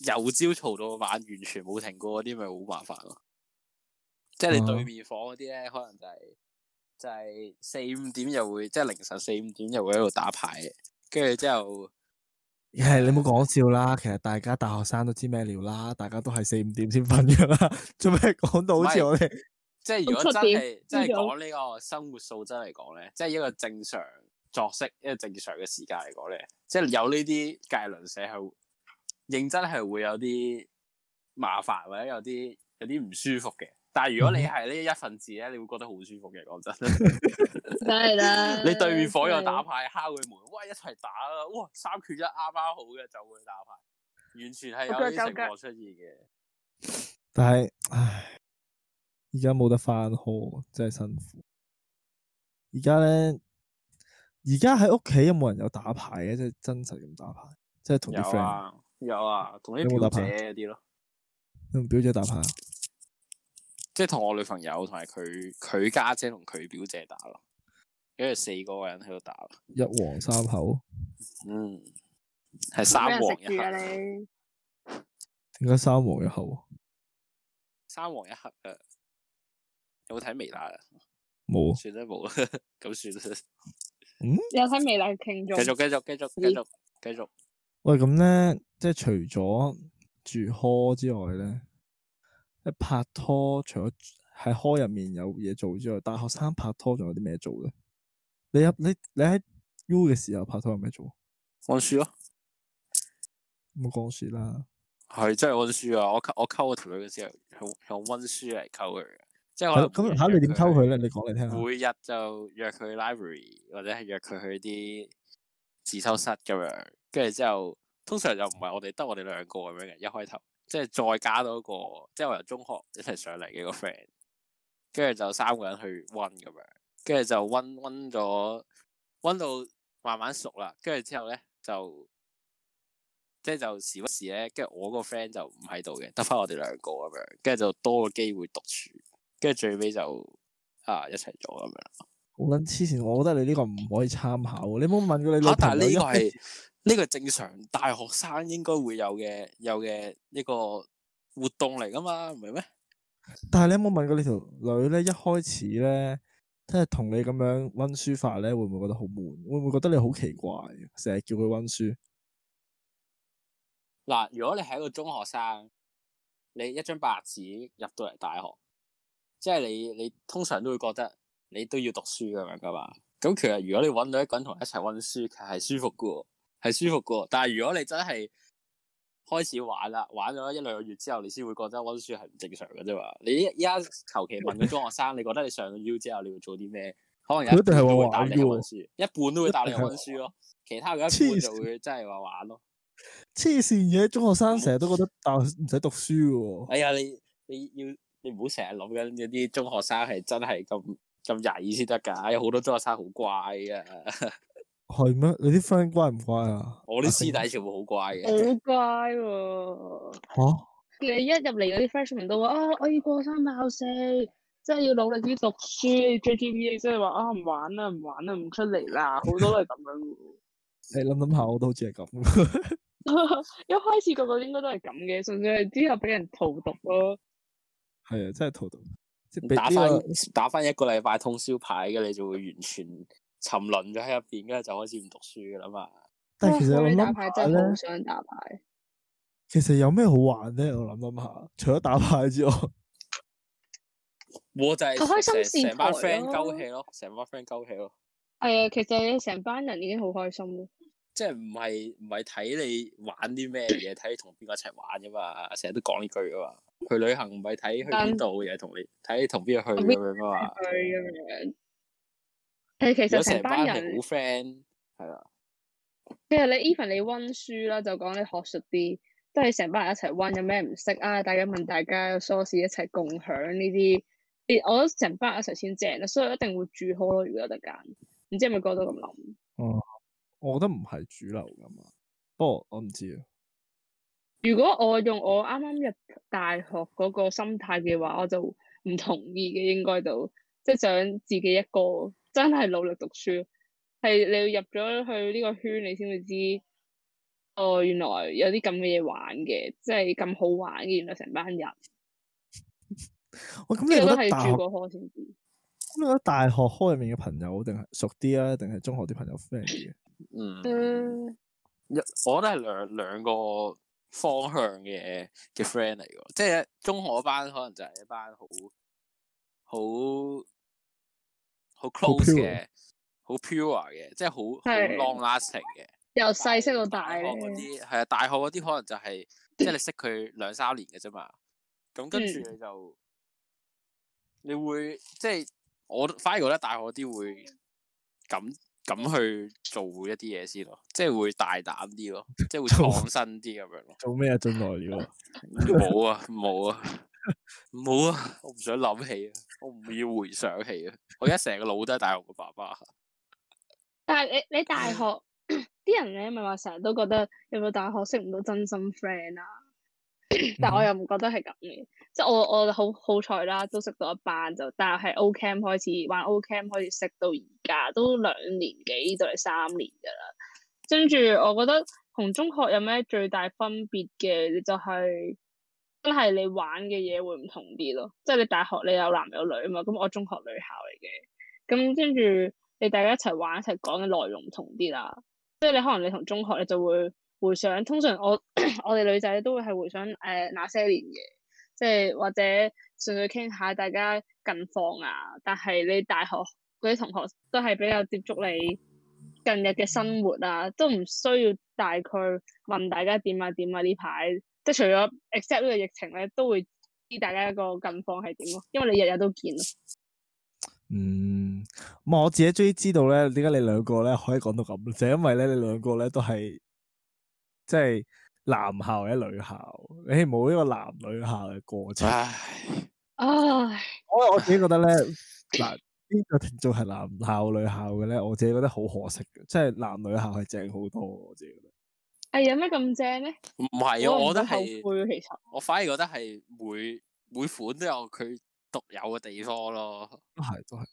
B: 由朝嘈到晚，完全冇停過嗰啲，咪好麻煩咯。即係你
A: 啊
B: 對面房嗰啲咧，可能就係就係四五點又會，即係凌晨四五點又會喺度打牌，跟住之後
A: 係你冇講笑啦，其實大家大學生都知咩料啦，大家都係四五點先瞓噶啦，做咩講到好似
B: 唔係
A: 我哋
B: 即係如果
C: 咁
B: 真
C: 七點
B: 係真係
C: 知道
B: 講呢個生活素質嚟講咧，即係一個正常作息，一個正常嘅時間嚟講咧，即係有呢啲隔鄰社係認真係會有啲麻煩或者有啲有啲唔舒服嘅。但係如
C: 嗯
B: 果你係呢一份子咧，你會覺得好舒服嘅。講
C: <laughs>
B: 真， <laughs>
C: 梗係啦。
B: 你對面火友
C: 嗯真係
B: 打牌敲佢門，哇一齊打啦，哇三缺一啱啱好嘅就會打牌，完全係有呢啲情況出現嘅。
A: 但係，唉，而家冇得翻學，真係辛苦。而家咧，而家喺屋企有冇人有打牌嘅？即係真實咁打牌，即係同啲
B: 有
A: friend、
B: 啊有啊，同啲
A: 有冇
B: 表
A: 打牌
B: 姐嗰啲咯。
A: 同嗯表姐打牌。
B: 即係同我女朋友同埋佢佢家姐同佢表姐打咯，跟住四個人喺度打咯。
A: 一黃三口，
B: 嗯，係三
C: 俾人
B: 王
C: 食
B: 一
C: 住啊
B: 黑，
C: 你！
A: 點解三黃一口？
B: 三王一黑啊！有冇睇微辣啊？
A: 冇啊，
B: 算啦，冇 <laughs> 啦，咁算啦。
C: 有睇《微辣傾眾
B: 繼》？續，繼續，繼續，繼續，繼續。
A: 喂，咁咧，即係除咗住 hall 之外咧，即係拍拖除咗喺 hall 入面有嘢做之外，大學生拍拖仲有啲咩做咧？你入你你喺 U 嘅時候拍拖有咩做？
B: 温書咯，
A: 冇講説啦。
B: 係真係温書啊！我溝我溝我條女嘅時候，用用温書嚟溝佢嘅，即係
A: 係
B: 我
A: 咯咁吓你點溝佢咧？你講嚟聽下。
B: 每日就約佢 library 或者係約佢去啲自修室咁樣，跟住之後通常就唔係我哋得我哋兩個咁樣嘅，一開頭即係再加多一個，即係我由中學一齊上嚟嘅個 friend，跟住就三個人去温咁樣，跟住就温温咗温到慢慢熟啦，跟住之後咧就即係就時不時咧，跟住我個 friend 就唔喺度嘅，得翻我哋兩個咁樣，跟住就多個機會獨處，跟住最尾就啊一齊做咁樣。
A: 好撚黐線，我覺得你呢個唔可以參考喎。你冇問過你
B: 嚇
A: 老
B: 啊但係
A: 朋友
B: 呢
A: 一
B: 個
A: 開
B: 係
A: 始
B: 呢個係正常大學生應該會有嘅有嘅一個活動嚟噶嘛，唔係咩？
A: 但係你有冇問過你條女咧？一開始咧，即係同你咁樣温書法咧，會唔會覺得好悶？會唔會覺得你好奇怪？成日叫佢温書，
B: 嗱，如果你係一個中學生，你一張白紙入到嚟大學，即係你你通常都會覺得你都要讀書咁樣噶嘛。咁其實如果你揾到一個人同你一齊温書，其實係舒服噶喎，係舒服噶喎。但係如果你真係開始玩啦，玩咗一兩個月之後，你先會覺得温書係唔正常嘅啫嘛。你依依家求其問個中學生，你覺得你上咗 U 之後你會做啲咩？可能有
A: 佢一定係
B: 半都
A: 話
B: 會答
A: 玩
B: 你
A: 嘅
B: 係
A: 喎
B: 温書，一半都會答你係温
A: <laughs>
B: 書咯，其他嗰一半
A: 黐
B: 就
A: 線
B: 會真係話玩咯。
A: 黐線嘅中學生成日都覺得大學唔使讀書嘅喎。
B: 哎呀，你你要你唔好成日諗緊嗰啲中學生係真係咁咁曳先得㗎，有好多中學生好乖㗎，
A: <laughs> 係咩？你啲 friend 乖唔乖啊？
B: 我啲師弟全部好乖嘅。
C: 好乖喎！
A: 嚇，
C: 你一入嚟嗰啲 freshman 都話啊，我要過三考四，即係要努力啲讀書。JGB 即係話啊，唔玩啦，唔玩啦，唔出嚟啦，好多都係咁樣嘅喎。
A: 你諗諗下，我都好似係咁。 <laughs>
C: 一開始個個應該都係咁嘅，純粹係之後俾人荼毒咯。
A: 係啊，真係荼毒，即係俾
B: 打
A: 呢
B: 翻
A: 個
B: 打翻一個禮拜通宵牌嘅，你就會完全沉淪咗喺入邊，跟住就開始唔讀書㗎啦嘛。
A: 但係其實
C: 哇
A: 我
C: 我哋打
A: 諗
C: 牌
A: 下
C: 真
A: 咧
C: 係。好想打牌，
A: 其實有咩好玩咧？我諗諗下，除咗打牌之外，
B: 我就係
C: 佢開
B: 成
C: 心
B: 成
C: 線
B: 成班
C: 台
B: friend
C: 咯
B: 鳩氣咯，成班 friend 鳩氣咯，
C: 係啊，其實你成班人已經好開心咯。
B: 即係唔係唔係睇你玩啲咩嘢，睇你同邊個一齊玩㗎嘛，成日都講呢句㗎嘛。去旅行唔係睇去邊度，而係同你睇你同邊個去咁樣㗎嘛。
C: 佢咁樣。誒，其
B: 有
C: 實成班
B: 係
C: 人，
B: 好 friend，係啦，
C: 其實你 even 你温書啦，就講你學術啲，都係成班人一齊温，有咩唔識啊？大家問大家有 source 一齊共享呢啲，呢我覺得成班人一齊先正啦，所以一定會住好咯。如果有得揀，唔知係咪個個都咁諗？
A: 我覺得唔係主流噶嘛。不過我唔知啊，
C: 如果我用我啱啱入大學嗰個心態嘅話，我就唔同意嘅，應該都即係想自己一個真係努力讀書，係你要入咗去呢個圈，你先會知哦，原來有啲咁嘅嘢玩嘅，即係咁好玩嘅，原來成班人，
A: 哦喂，咁你
C: 即
A: 覺
C: 係都
A: 得
C: 係
A: 大
C: 住
A: 學
C: 過科先知。
A: 咁你覺得大學開入面嘅朋友定係熟啲啊，定係中學啲朋友啊 friend 啲嘅？
B: 嗯，
C: 嗯，
B: 一我都係兩兩個方向嘅嘅 friend 嚟嘅，即係中學嗰班可能就係一班好好好 close
A: pure
B: 嘅，好 pure 嘅，即係好好
C: 係
B: long lasting 嘅。
C: 由細識到大
B: 學
C: 咧，
B: 嗰啲係啊，大學嗰啲可能就係、即係你識佢兩三年嘅啫嘛。咁跟
C: 嗯
B: 住你就、你會即係我反而覺得大學嗰啲會咁咁去做一啲嘢先咯，即係會大膽啲
C: <laughs>
B: 咯，即係會
A: 做
B: 創新啲咁樣咯。
A: <laughs> 做咩啊？進來了啊，
B: 冇啊，冇啊，冇啊！我唔想諗起啊，我唔要回想起啊！我而家成個腦都係大學嘅爸爸。
C: 但係你你大學啲人咧，咪話成日都覺得入到大學識唔到真心 friend 啊，但我又唔覺得係咁嘅，即係我我好好彩啦，都識到一班就，但係 O Cam 開始玩 O Cam 開始識到而家都兩年幾到嚟三年㗎啦，跟住我覺得同中學有咩最大分別嘅，你就係、真係你玩嘅嘢會唔同啲咯，即係你大學你有男有女啊嘛，咁我中學女校嚟嘅，咁跟住你大家一齊玩一齊講嘅內容唔同啲啦，即係你可能你同中學你就會回想，通常我 <clears throat> 我哋女仔都會係回想誒、呃那些年嘅，即係或者純粹傾下大家近況啊，但係你大學嗰啲同學都係比較接觸你近日嘅生活啊，都唔需要大概問大家點啊點啊呢排。即係除咗 except 呢個疫情咧，都會知大家個近況係點咯，因為你日日都見咯。
A: 嗯，咁我自己終於知道咧，點解你兩個咧可以講到咁，就係因為咧你兩個咧都係即係男校或者女校，你係冇呢個男女校嘅過程。
B: 唉，
C: 唉，
A: 我我自己覺
B: <laughs>
A: 得咧，嗱呢個聽眾係男校女校嘅咧，我自己覺得好可惜嘅，即係男女校係正好多，我自己覺得。
C: 哎有咩咁正咧？
B: 唔係啊，
C: 我
B: 我覺得
C: 唔好後
B: 係。
C: 悔啊其實。
B: 我反而覺得係每每款都有佢獨有嘅地方咯。
A: 都係都係，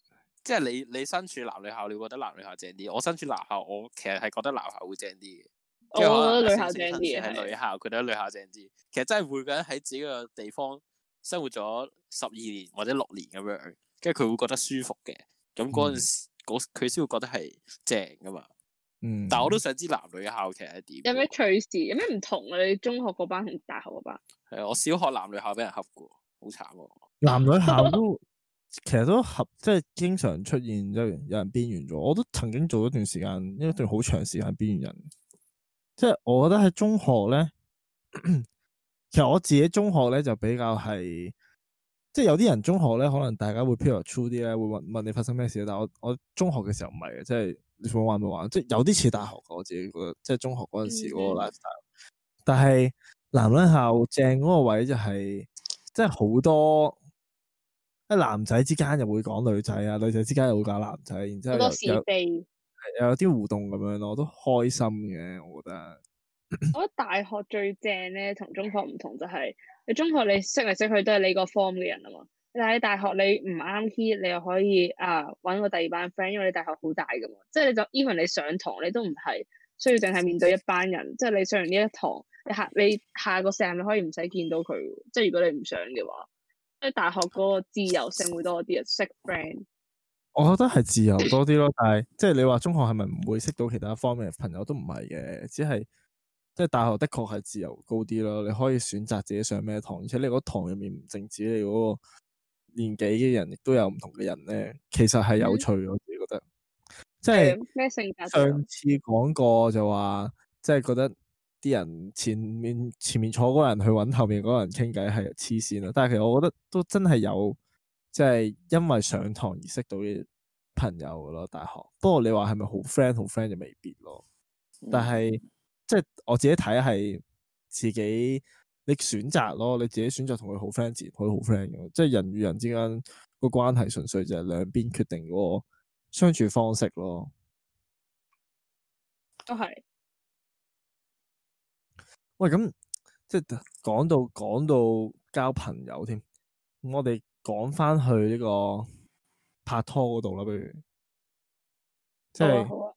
B: 即係你你身處男女校，你會覺得男女校正啲；我身處男校，我其實係覺得男校會正啲嘅。
C: 我
B: 即係可
C: 覺
B: 能
C: 得女
B: 阿
C: 校
B: 星
C: 正
B: 星
C: 啲
B: 身處喺
C: 嘅
B: 女
C: 係，
B: 校，佢哋喺女校正啲。其實真係每個人喺自己嘅地方生活咗十二年或者六年咁樣，跟住佢會覺得舒服嘅。咁嗰
C: 嗯
B: 陣時，嗰佢先會覺得係正噶嘛。
A: 嗯。
B: 但我都想知男女校其實係點喎。
C: 有咩趣事？有咩唔同啊？你中學嗰班同大學
B: <laughs>
C: 嗰班？
B: 係啊？我小學男女校俾人恰過，好慘喎。
A: 男女校
C: <laughs>
A: 都其實都合，即係經常出現有人有人邊緣咗。我都曾經做一段時間，一段好長時間邊緣人。即係我覺得喺中學咧， <clears throat> 其實我自己中學咧就比較係，即係有啲人中學咧可能大家會 pure true 啲咧，會問問你發生咩事。但係我我中學嘅時候唔係嘅，即係你想玩咪玩，即係有啲似大學嘅我自己覺得，即係中學嗰陣時嗰個
C: 嗯
A: lifestyle。但係男女校正嗰個位就係、即係好多，即係男仔之間又會講女仔啊，女仔之間又會講男仔，然之後
C: 好
A: 又
C: 多是
A: 有
C: 非。
A: 又有啲互動咁樣咯，都開心嘅，我覺得。
C: 我覺得大學最正咧，同中學唔同就係、你中學你識嚟識去都係你個 form 嘅人啊嘛。但係你大學你唔啱 key，你又可以啊揾個第二班 friend，因為你大學好大噶嘛。即係你就 even 你上堂你都唔係需要淨係面對一班人，即係你上完呢一堂，你下你下個 sem 你可以唔使見到佢喎，即係如果你唔想嘅話，即係大學嗰個自由性會多啲啊，識 friend。
A: 我覺得係自由多啲咯，但係即係你話中學係咪唔會識到其他方面嘅朋友都唔係嘅，只係即係大學的確係自由高啲咯，你可以選擇自己上咩堂，而且你嗰堂入面唔淨止你嗰個年紀嘅人，亦都有唔同嘅人咧，其實係有趣嘅，我自己覺得，即係。
C: 係咩性格都有？
A: 上次講過就話，即係覺得啲人前面前面坐嗰個人去揾後面嗰個人傾偈係黐線啦。啊但係其實我覺得都真係有，即係因為上堂而識到嘅朋友嘅咯。大學不過你話係咪好 friend 好 friend 就未必咯。但係即係我自己睇係自己你選擇咯，你自己選擇同佢好 friend 自然可以好 friend 嘅。即係人與人之間個關係純粹就係兩邊決定嗰個相處方式咯。
C: 都係。
A: 喂，咁即係講到講到交朋友添，咁我哋講翻去呢個拍拖嗰度啦，不如即
C: 好啊
A: 係
C: 好啊。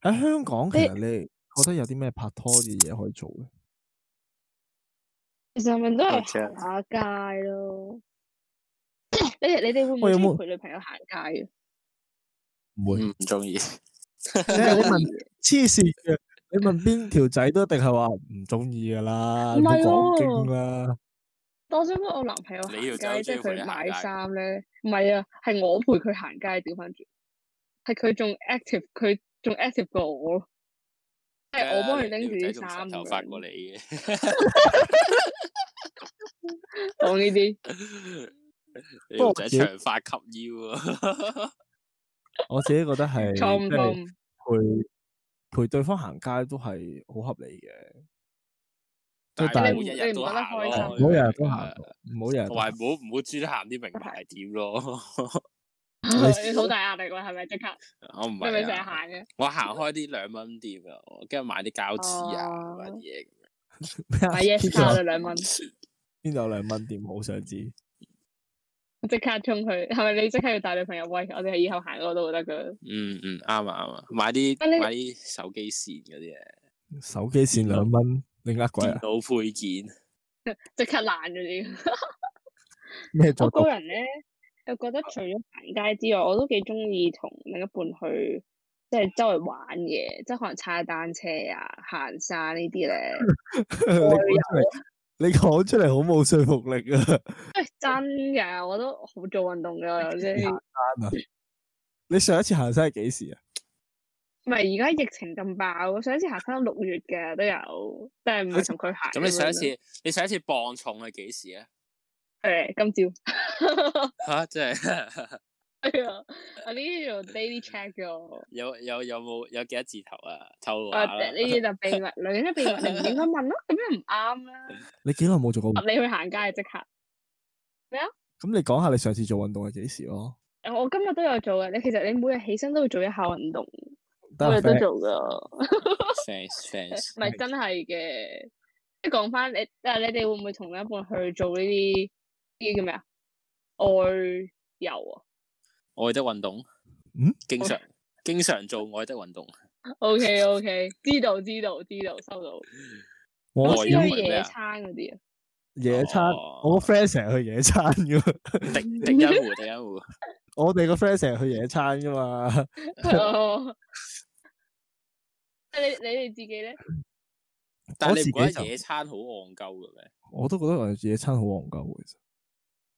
A: 喺香港，其
C: 你
A: 實你覺得有啲咩拍拖嘅嘢可以做咧？
C: 其實咪都
B: 多
C: 係
B: 謝
C: 行下街咯。 <coughs> 你哋你哋會
A: 喂
C: 唔會
A: 有
C: 中
A: 冇
C: 意陪女朋友行街嘅？
A: 唔會。
B: 嗯唔中意，
A: 你係你問黐線嘅，你問邊條仔都一定係話唔中意噶啦，
C: 唔
A: 唔好
C: 係
A: 講
C: 喎
A: 經啦。
C: 但我想講我男朋友行
B: 你條仔
C: 街，即係
B: 都中意陪你
C: 佢
B: 行
C: 買
B: 街
C: 衫咧，唔係啊，係我陪佢行街，調翻轉，係佢仲 active，佢仲 active 過我咯，即
B: 啊
C: 係我幫佢拎住啲衫
B: 頭
C: 咁
B: 髮過
A: <laughs>
C: 樣
B: 你嘅。
C: 講呢啲。
B: 你
A: 不過
B: 條
A: 我
B: 仔
A: 自己
B: 長髮及腰啊！
A: 我自己覺得係即
C: <laughs> 錯唔
A: 係
C: 錯？
A: 陪陪對方行街都係好合理嘅，即係
B: 但
A: 但係
B: 係唔
A: 唔
B: 好
C: 你
B: 日日都行
C: 你唔覺得開
B: 咯，啊
A: 唔
C: 心
A: 好日日都行好日日
B: 同埋唔好唔好專行啲名牌店咯。 <laughs>
C: <laughs>
A: 你
C: 你好大壓力喎，係咪即刻？
B: 我唔
C: 你咪
B: 係
C: 成日
B: 啊，
C: 行嘅？
B: 我行開啲兩蚊店啊，我跟住買啲膠紙啊，
C: 哦
B: 買啲嘢。
A: <laughs>
C: 買
A: 咩啊
C: yes 卡啦兩蚊，
A: 邊度有兩蚊店好想知？
C: 即刻衝去。係咪你即刻要帶女朋友？喂，我哋係以後行嗰度得噶。
B: 嗯嗯，啱啊啱啊，買啲
C: 但你
B: 買啲手機線嗰啲嘢，
A: 手機線兩蚊，你呃鬼
B: 電
C: <laughs>
A: 啊？
B: 腦配件。
C: 即刻爛咗啲。
A: 咩作
C: 我
A: 到
C: 個人咧，又覺得除咗行街之外，我都幾中意同另一半去，即係周圍玩嘅，即係可能踩單車啊、行山呢啲咧。
A: <laughs> 你講出嚟，
C: 啊
A: 你講出嚟好冇說服力啊！ <laughs>
C: 喂，真嘅，我都好做運動㗎，即係。
A: 你上一次行山係幾時啊？
C: 唔係而家疫情咁爆，上一次行山都六月嘅都有，但係啊唔係同佢行。
B: 咁你上一次你上一次磅重係幾時啊？
C: 誒今朝 <laughs>
B: 吓，即係 <laughs>
C: 係啊，我呢啲做 daily check 嘅。
B: 有有有冇有幾多字頭啊？透露
C: 我
B: 下
C: 呢
B: 啦 <laughs>
C: 啲就秘密，女人嘅秘密你唔應該問咯，咁樣唔啱啦。
A: 你幾耐冇做過運？
C: 你去行街啊即刻，
A: 咁你講下你上次做運動係幾時咯？
C: 我今日都有做嘅。你其實你每日起身都會做一下運動，
A: 得
C: 我
A: 啊
C: 哋都
A: friend
C: 做噶，
B: Thanks thanks。
C: 唔係真係嘅。即係講翻你，但係你哋會唔會同另一半去做呢啲呢啲叫咩啊？外遊啊
B: 愛德運動，
A: 嗯，
B: 經常經常做愛德運動，
C: ？O K O K，知道知道知道，收到。
A: 我
C: 我
B: 外
C: 知
B: 遊
C: 道
B: 係咩
C: 野
B: 啊
C: 餐嗰啲啊， <laughs>
A: 野餐，
B: 哦
A: 我個 friend 成日去野餐噶，
B: 迪迪欣
C: <laughs>
B: 湖，迪欣湖，
A: <laughs> 我哋個 friend 成日去野餐噶嘛。
B: <laughs>
C: 哦，你你哋自己咧，
B: 但
A: 我
B: 係
A: 自
B: 你
A: 己
B: 唔覺
A: 就
B: 得野餐好戇鳩嘅咩？
A: 我都覺得我哋野餐好戇鳩嘅，其實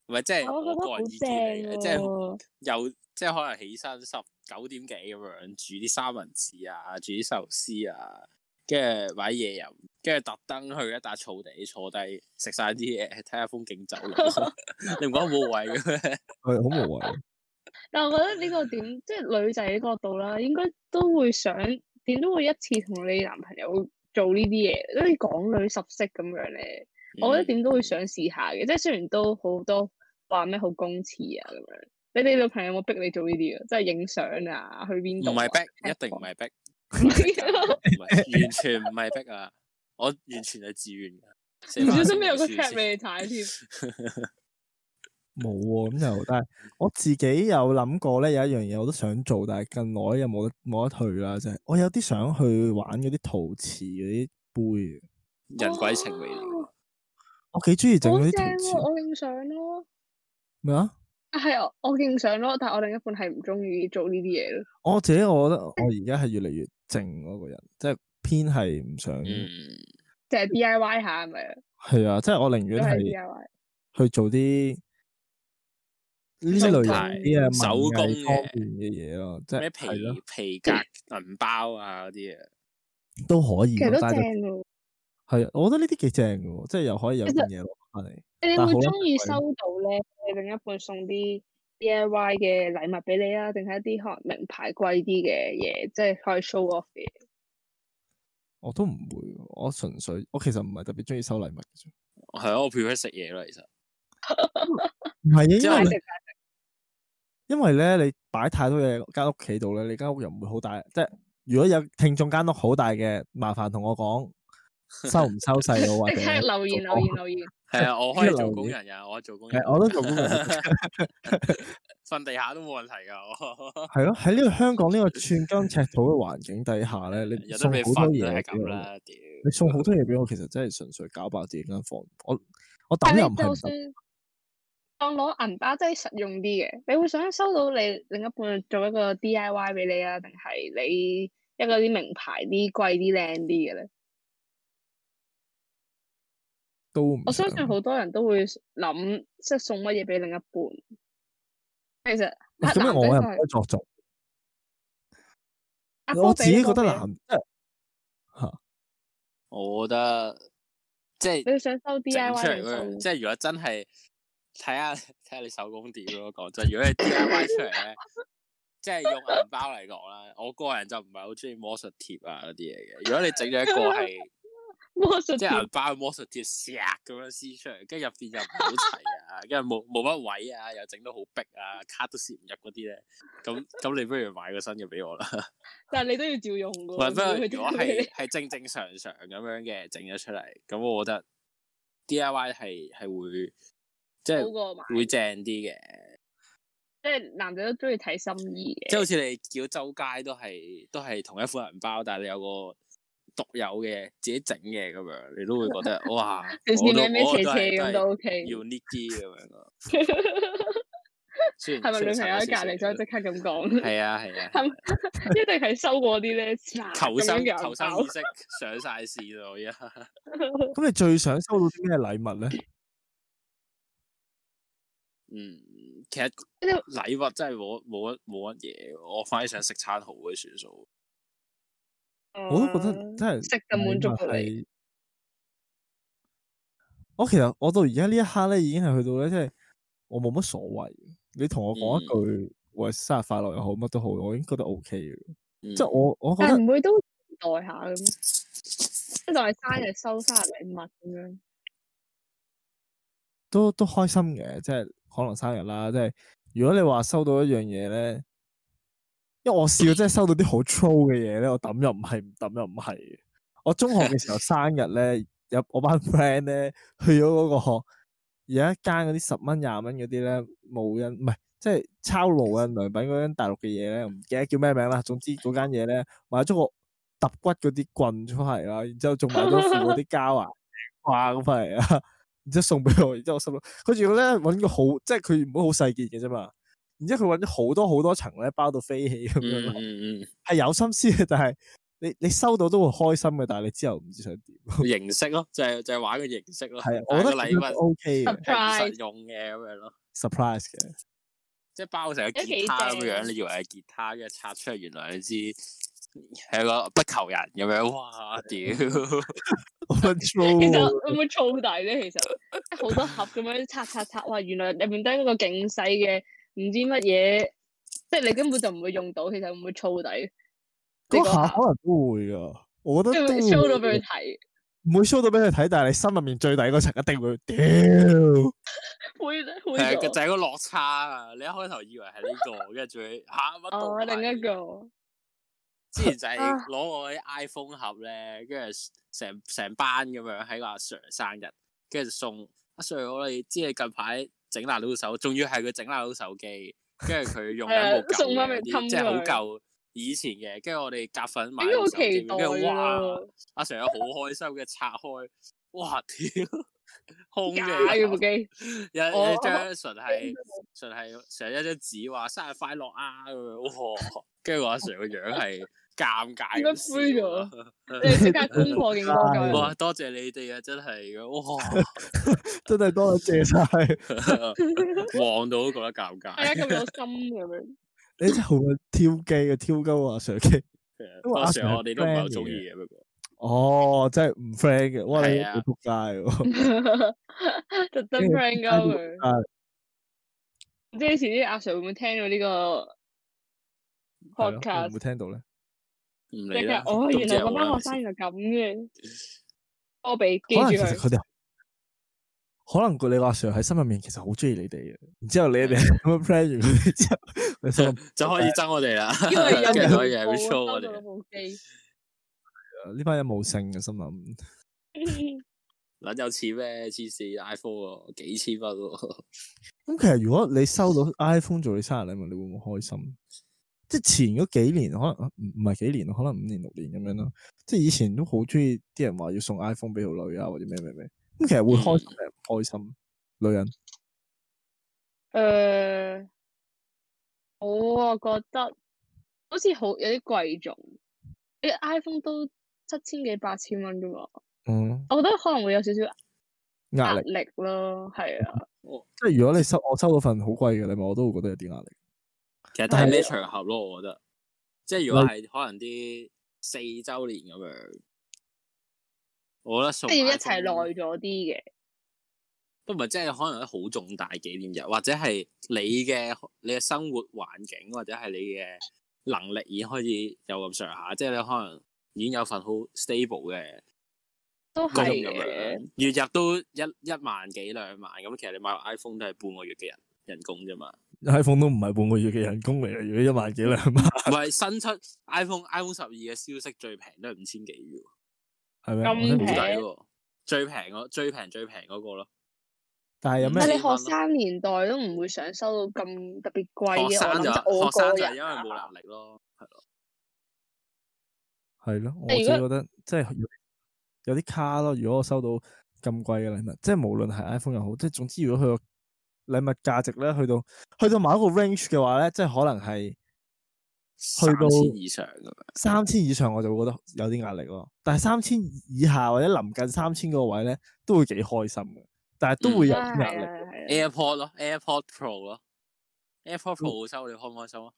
B: 唔係即係
C: 我覺得
B: 我
C: 好
B: 個人意見嚟嘅，即
C: 正
B: 係
C: 喎。
B: 又即係可能起身十九點幾咁樣煮啲三文治啊，煮啲壽司啊，跟住買嘢飲，跟住特登去一笪草地坐低食晒啲嘢，睇下風景走廊。 <laughs> 你唔覺得冇謂嘅咩？
A: 係好無謂。啊
C: 但我覺得呢個點，即係女仔角度啦，應該都會想點都會一次同你男朋友做呢啲嘢，好似港女十色咁樣咧。 <laughs> 我覺得點都會想試下嘅，即係雖然都好多話咩好公廁啊咁樣。你哋女朋友有冇逼你做呢啲啊？即係影相啊，去邊度
B: 唔
C: 啊？
B: 係逼，一定唔係
C: <laughs>
B: 逼，唔係完全唔係逼啊！我完全係自願噶。死
C: 唔
B: 啦
C: 小心
B: <laughs>
C: 有個
B: 先
C: trap 俾你睇添。
A: 冇喎，咁又但係我自己有諗過咧，有一樣嘢我都想做，但係近來又冇得冇得去啦，就係、我有啲想去玩嗰啲陶瓷嗰啲杯，啊
B: 人鬼情未了。
C: 哦
A: 我幾中意整
C: 好
A: 嗰
C: 正
A: 啲陶
C: 喎！
A: 瓷
C: 我影相咯，
A: 咩啊？
C: 係啊我影相咯，但係我另一半係唔中意做呢啲嘢咯。
A: 我自己我覺
C: 嗯
A: 得我而家係越嚟越靜嗰個人，即係偏係唔想係、
B: 嗯，
C: 就係 D I Y 下係咪啊？
A: 啊，即係我寧
C: 都
A: 願
C: 係
A: 係
C: D I Y。
A: 去做啲呢
C: 手
A: 類
C: 工
A: 啲啊
B: 手
A: 手
B: 工
A: 工方
B: 嘅
A: 面嘅嘢咯，即
B: 咩
A: 係
B: 皮
A: 係咯
B: 皮革銀包啊嗰啲啊，
A: 都可以
C: 其
A: 嘅
C: 實，都
A: 但
C: 正
A: 係
C: 喎。
A: 係啊我覺得呢啲幾正嘅喎，即係又可以有
C: 其
A: 件
C: 實
A: 嘢攞翻嚟。
C: 你
A: 但
C: 哋
A: 係
C: 會
A: 好啦
C: 中意收到咧，你另一半送啲 D I Y 嘅禮物俾你啊，定係一啲可能名牌貴啲嘅嘢，即係可以 show off 嘅嘢？
A: 我都唔會喎，我純粹我其實唔係特別中意收禮物嘅啫。
B: 係啊，我 prefer 食嘢咯，其實
A: 唔係
B: 之
A: 啊，
B: 後
A: 因
C: 買
A: 為
C: 食
A: 因為咧你擺太多嘢間屋企度咧，你間屋又唔會好大。即係如果有聽眾間屋好大嘅，麻煩同我講收唔收細
C: <laughs>
A: 我或
C: 即
A: 者
C: 刻留言
A: 做
C: 留言留言，
B: 係
A: <laughs>
B: 啊，我可以做
A: 留
B: 工
A: 言
B: 人啊，我做工人
A: 係，我都做工人
B: 瞓地下都冇問題噶，我
A: 係咯。喺呢個香港呢個寸金尺土嘅環境底下咧，你
B: 有得
A: 送
B: 你
A: 好
B: 瞓
A: 多
B: 都係
A: 嘢啊俾
B: 咁
A: 我，
B: 啦，屌，
A: 你送好多嘢俾我，其實真係純粹搞爆自己間房。我我
C: 但
A: 抌又
C: 係
A: 唔係唔
C: 你就
A: 抌
C: 算當攞銀包真係實用啲嘅，你會想收到你另一半做一個 D I Y 俾你啊，定係你一個啲名牌啲、貴啲、靚啲嘅咧？
A: 都唔
C: 我相信
A: 想
C: 好多人都會諗，即係送乜嘢俾另一半。其實啊
A: 喂咁樣我又唔可以作作，我自己覺得，
C: 阿波比嗰個
A: 男
B: 我覺得即係
C: 你會想收 D I
B: 整出
C: Y
B: 嚟
C: 定
B: 嗰樣，
C: 收？
B: 即係如果真係睇下 <laughs> 睇下你手工點咯。講真，如果你 D I Y 出嚟咧， <laughs> 即係用銀包嚟講啦，我個人就唔係好中意魔術貼啊嗰啲嘢嘅。如果你整咗一個係
C: <laughs> 魔術
B: 即係啊銀
C: 貼
B: 包嘅魔術貼，石咁樣撕出嚟，跟住入邊又唔好齊啊，跟住冇冇 <laughs> 乜位啊，又整到好逼啊，卡都攝唔入嗰啲咧，咁咁你不如買個新嘅俾我啦。
C: 但係你都要照用
B: 唔
C: 㗎
B: 係
C: 喎。
B: 不過
C: 唔會佢
B: 如果
C: 貼 <laughs> 俾你
B: 係係正正常常咁樣嘅整咗出嚟，咁我覺得 D I Y 係係會即
C: 好
B: 係
C: 過嘛，
B: 會正啲嘅，
C: 即係男仔都中意睇心意嘅。
B: 即係好似你叫周街都係都係同一款銀包，但係你有個。獨有嘅自己整嘅咁樣，你都會覺得
C: <laughs>
B: 哇，
C: 條
B: 我
C: 線
B: 都
C: 歪歪
B: 我
C: 斜
B: 都係
C: 斜
B: 都
C: 咁都
B: 係
C: OK。
B: 要呢啲咁樣
C: <laughs>
B: 咯。雖然
C: 係咪女朋友喺隔離
B: 離
C: 所以即刻咁講？
B: 係啊係啊，
C: 係咪 <laughs> 一定係收過啲
B: <laughs>
C: 咧，
B: 求
C: 求
B: 生
C: 嘅啊
B: 求
C: 銀
B: 生
C: 包
B: 意識上晒線咯，而家
A: 咁你最想收到啲咩禮物咧？
B: 嗯，其實
C: 呢度
B: 禮物真係冇冇乜冇乜嘢，我反而想食餐好嘅算數。
A: 我都覺得
C: 嗯
A: 真係
C: 食就滿足㗎你。
A: 你。我其實我到而家呢一刻咧，已經係去到咧，即係我冇乜所謂。你同我講一
C: 嗯
A: 句，喂，生日快樂又好，乜都好，我已經覺得 O K 嘅。
B: 即
A: 即係我我覺
C: 但
A: 得
C: 係唔會都代下咁，即係當係生日收生日禮物咁樣。
A: 都都開心嘅，即係可能生日啦。即係如果你話收到一樣嘢咧，因為我試過真係收到啲好粗嘅嘢咧，我抌又唔係，唔抌又唔係嘅。我中學嘅時候生日咧，有我班 <laughs> friend 咧去咗嗰、個有一間嗰啲十蚊廿蚊嗰啲咧無印，唔係即係抄無印良品嗰間大陸嘅嘢咧，我唔記得叫咩名啦。總之嗰間嘢咧買咗個揼骨嗰啲棍出嚟啦，然之後仲買咗副嗰啲膠啊掛咁翻嚟啊，然之後送俾我，然之後我心諗佢仲要咧揾個好，即係佢唔好好細件嘅啫嘛。然之後佢揾咗好多好多層咧，包到飛起咁樣咯。
B: 嗯嗯嗯
A: 係有心思嘅，但係你你收到都會開心嘅，但係你之後唔知想
B: <laughs>
A: 點。
B: 嗯，形式咯，就係就係玩個形式咯。
A: 係啊，我
B: 但
A: 覺得
B: 係個
A: 咁
B: 禮
A: 樣都
B: 物
A: OK 嘅
C: <laughs> Surprise
B: 係唔實用嘅咁樣咯，
A: surprise 嘅，
B: 即係包成個
C: 都幾
B: 吉他咁
C: 正
B: 樣，你以為係吉他，跟住拆出嚟，原來你知係個不求人咁樣。哇！
A: 嗯
B: 屌，
A: 我分
C: <laughs> 其實
A: show
C: 會唔會燥底咧？其實即係好多盒咁樣拆拆拆，哇！原來入面得一個勁細嘅，唔知乜嘢，即係你根本就唔會用到。其實會唔會燥底？你
A: 嗰
C: 個
A: 下
C: 盒
A: 可能都會噶，我覺
C: 即
A: 得
C: 係
A: 都
C: 會 show 到俾佢
A: 會
C: 睇，
A: 唔會 show 到俾佢睇，但係你心入面最底嗰層一定會屌。
C: 會會啊
B: 係就
C: 咗。
B: 係個落差啊！你一開頭以為係呢個，跟住最嚇乜都唔
C: 哦，
B: 係
C: 另一個
B: 之前就係
C: 啊
B: 攞我啲 iPhone 盒咧，跟住成成班咁樣喺個阿 Sir 生日，跟住就送阿 Sir 我哋知你近排整爛到手，仲要係佢整爛到手機，跟住佢用緊部
C: 係啊送
B: 舊
C: 返
B: 嘅嗰
C: 俾
B: 啲，
C: 氹
B: 即係好
C: 佢
B: 舊以前嘅，跟住我哋夾份買
C: 應該好
B: 部手
C: 期
B: 機，
C: 待啊
B: 跟住哇，
C: 咯，
B: 阿 Sir 好開心嘅拆開，哇屌， <laughs> 空
C: 假
B: 嘅
C: 嘅
B: 有
C: 部機。
B: 有一
C: 哦
B: 張純係。純係成日一張紙話生日快樂啊咁樣，哇！跟住我阿 Sir 個樣係尷尬
C: 點
B: 咁
C: 解灰
B: 笑
C: 咗
B: 啊
C: 你即刻攻破勁多
A: 唉
C: 咁
B: <laughs> 哇！多謝你哋啊，真係嘅，
C: <laughs>
B: 哇！
A: 真係多謝晒 <laughs>
B: 望到都覺得尷
C: 大家
B: 尬。
C: 啊咁有心咁樣。
A: 你，真係好撚挑機嘅，挑鳩阿 Sir 機。因為阿
B: 阿 Sir
A: Sir 係
B: 我哋都唔係好
A: friend 嚟
B: 中意
A: 嘅
B: 嘅，不過
A: 哦，真係唔 friend 嘅，哇你
B: 係啊
A: 好仆街
C: <laughs>
A: 喎。
C: 特登
A: 跟住
C: friend 鳩
A: 單
C: 佢，
A: 啊
C: 唔知以前啲阿 Sir 會唔會聽到
B: <laughs>
C: 呢
A: 係
B: 哎
C: 個
A: 咯會唔
C: podcast？
A: 會聽到咧？
B: 唔
C: <laughs> 即
B: 理
C: 係
B: 啦。
C: 哦，
B: 都唔
C: 原
B: 知
C: 來
B: 有
C: 嗰
B: 冇啦
C: 班學生原來咁
B: <laughs>
C: 嘅，科比記
A: 可能
C: 住
A: 其實
C: 佢，
A: 佢哋可能佢你個阿 Sir 喺心入面其實好中意你哋嘅，然之後你
C: 嗯
A: 哋 <laughs> 咁樣 plan 完佢哋之後，你心諗
B: 就可以憎我哋啦，
C: 因
B: <laughs>
C: 為有
B: 跟住可以
C: 人
B: r e s h o 我
C: 收到
B: 哋。
C: 部機，
A: 呢班人冇性啊嘅，心諗
C: <laughs>
B: 撚有錢咩？黐線 iPhone 喎，幾千蚊喎。
A: 咁其實如果你收到 iPhone 做你生日禮物，你會唔會開心？即係前嗰幾年可能唔唔係幾年，可能五年六年咁樣啦。即係以前都好中意啲人話要送
C: 嗯
A: iPhone 俾條女啊，或者咩咩咩。咁其實會開心定係唔開心？女人
C: 诶、呃我啊覺得好似好有啲貴重，你 iPhone 都七千幾八千蚊啫嘛，
A: 嗯，
C: 我覺得可能會有少少
A: 壓
C: 壓
A: 力。
C: 力咯，係啊，
A: 即係如果你收我收到份好貴嘅禮物，我都會覺得有啲壓力。
B: 其實
C: 啊
B: 睇咩場合咯，我覺得，即係如果係可能啲四周年咁樣，我覺得送
C: 即係要一齊
B: iPhone
C: 耐咗啲嘅，
B: 都唔係，即係可能啲好重大紀念日，或者係你嘅你嘅生活環境，或者係你嘅能力已經開始有咁上下，即係你可能已經有份好 stable
C: 啊
B: 嘅
C: 都
B: 工
C: 係
B: 咁
C: 嘅，
B: 樣，月入都一一萬幾兩萬咁，其實你買 iPhone 都係半個月嘅人人工啫嘛，
A: iPhone 都唔係半個月嘅人工嚟嘅，如果一萬幾兩萬，
B: 唔係新出 iPhone iPhone 十二嘅消息最平都係五千幾喎。
A: 係咪？啊
C: 咁
A: 我都唔
B: 好
A: 知
B: 抵
C: 平
B: 喎，最平嗰最平最平嗰個咯，
A: 但係有
C: 但係
A: 咩？
C: 你
B: 千蚊咯
C: 學生年代都唔會想收到咁特別貴
B: 學
C: 嘅，我
B: 生
C: 諗
B: 就
C: 就我
B: 學
C: 個
B: 生就係
C: 人
B: 因為
C: 啊
B: 冇能力咯，係咯，
A: 係咯，我自
C: 但
A: 己
C: 如
A: 覺得即係有有啲卡咯。如果我收到咁貴嘅禮物，即係無論係 iPhone 又好，即係總之如果佢個禮物價值咧，去到去到某一個 range 嘅話咧，即係可能係
B: 三
A: 到
B: 千以上咁樣。
A: 三千以上，我就會覺得有啲壓力咯。但係三千以下或者臨近三千嗰個位咧，都會幾開心嘅，但係都會有
C: 啊
A: 啲壓力
C: 係。啊係啊
B: AirPod 咯，AirPod Pro 咯，AirPod Pro 收你開唔開心啊？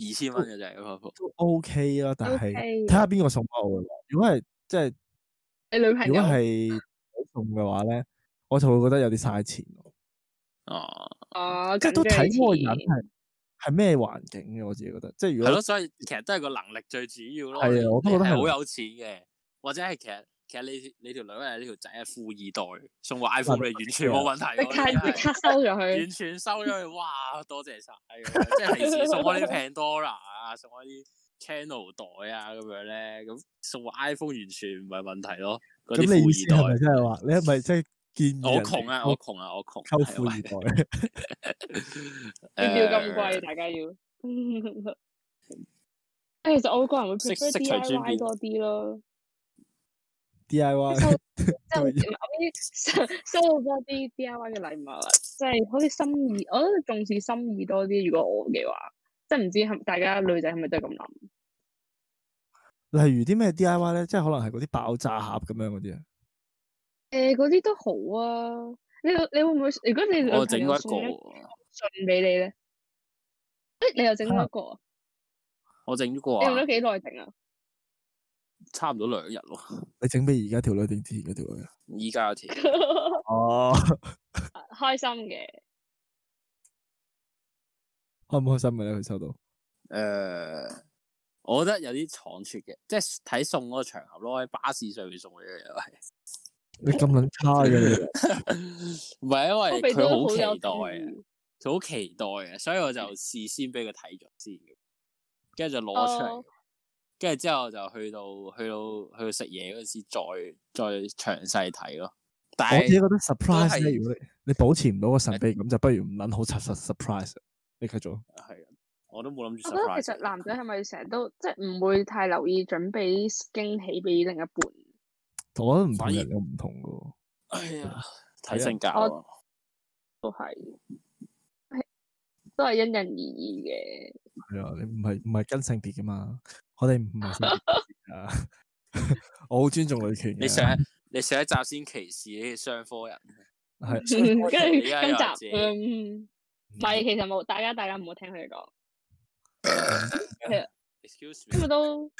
B: 二千蚊嘅就係 AirPod Pro，
A: 都 OK 啦，但係
C: OK
A: 睇下邊個送我啦。如果係即係
C: 你女朋
A: 如果
C: 友
A: 係送嘅話咧，我就會覺得有啲嘥錢咯。
B: 哦，
C: 啊，
A: 即係
C: 緊
A: 都
C: 張
A: 睇嗰個
C: 啲
A: 人係係咩環境嘅，我自己覺得。即係如
B: 係
A: 果
B: 咯，所以其實都係個能力最主要咯。
A: 係啊
B: 你
A: 我都覺得
B: 你
A: 係
B: 係好有錢嘅，或者係其實其實你你條女或者你條仔係富二代，送個 iPhone 你完全
A: 啊
B: 冇問題
C: 即
B: 喎。
C: 刻
B: 你真係
C: 即刻收咗佢
B: 完。全收咗佢，哇！多謝晒，即係平時送我啲 Pandora 啊，送我啲 Channel 袋啊咁樣咧，咁送個 iPhone 完全唔係問題咯。嗰
A: 咁你意
B: 啲
A: 思係咪
B: 富二代，
A: 真係話你係咪即係建議
B: 我
A: 人哋
B: 窮啊，
A: 溝
B: 我窮啊，我窮。
A: 溝
B: 係啊
A: 富
B: 喂
A: 二代？
C: 要唔要咁貴？
B: 誒 <laughs>
C: 大家要。誒，其實我個人會
B: 識
C: prefer
B: 識隨轉變
C: DIY 多啲咯，
A: D <laughs> I Y
C: 即係收即係
A: 都
C: 我
A: 要
C: 啲收收到多啲 DIY 嘅禮物，即係好似心意，我覺得重視心意多啲。如果我嘅話，即係唔知係大家女仔係咪都係咁諗？
A: 例如啲咩 D I Y 咧，即係可能係嗰啲爆炸盒咁樣嗰啲啊。
C: 誒，嗰啲都好啊。你你會唔會？如果你女
B: 我
C: 朋
B: 整
C: 友
B: 過一
C: 送一
B: 個，
C: 信俾你咧，誒，你又整咗一個啊？
B: 我整咗個
C: 你用
B: 啊
C: 咗，幾耐整啊？ <laughs>
B: 差唔多兩日咯。
A: 你整俾而家條女定之前嗰條女啊？
B: 依家條
A: 哦，
C: 開心嘅。
A: <laughs> 開唔開心嘅咧？佢收到
B: 誒，我覺得有啲倉促嘅，即係睇送嗰個場合咯，喺巴士上面送嘅嘢係。
A: 你咁撚差
B: <laughs>
A: 嘅你，
B: 唔係因
C: 我
B: 為
C: 鼻
B: 佢
C: 都
B: 好
C: 好
B: 期
C: 有嗯
B: 待啊。
C: 意
B: 佢好期待嘅，所以我就事先俾佢睇咗先，跟住就攞出嚟
C: 哦，
B: 跟住、之後就去到去到去到食嘢嗰陣時再再詳細睇咯。但
A: 我自己覺
B: 係
A: 得 surprise 咧，
B: 都係
A: 如果你你保持唔到個神秘感，就不如唔撚好柒實 surprise。你繼啊續。
B: 係啊，我都冇諗住
C: 我覺得
B: surprise 佢。
C: 其實男仔係咪成日都即係唔會太留意準備驚喜俾另一半？
A: 我覺得唔同
B: 反而
A: 人有唔同嘅喎。
B: 哎呀，睇性格
C: 我
B: 啊，
C: 都係，都係因人而異嘅。
A: 系啊，你唔系唔系跟性別噶嘛？我哋唔係性
B: <laughs>
A: 別歧視㗎我好尊重女權嘅。
B: 你上一你上一集先歧視呢啲商科
C: <laughs>
B: 人，
A: 係
C: 跟住今
B: 你而家又
C: 集嗯，唔係其實冇，大家大家唔好聽佢哋講，
B: excuse
C: 今
B: me，
C: 日都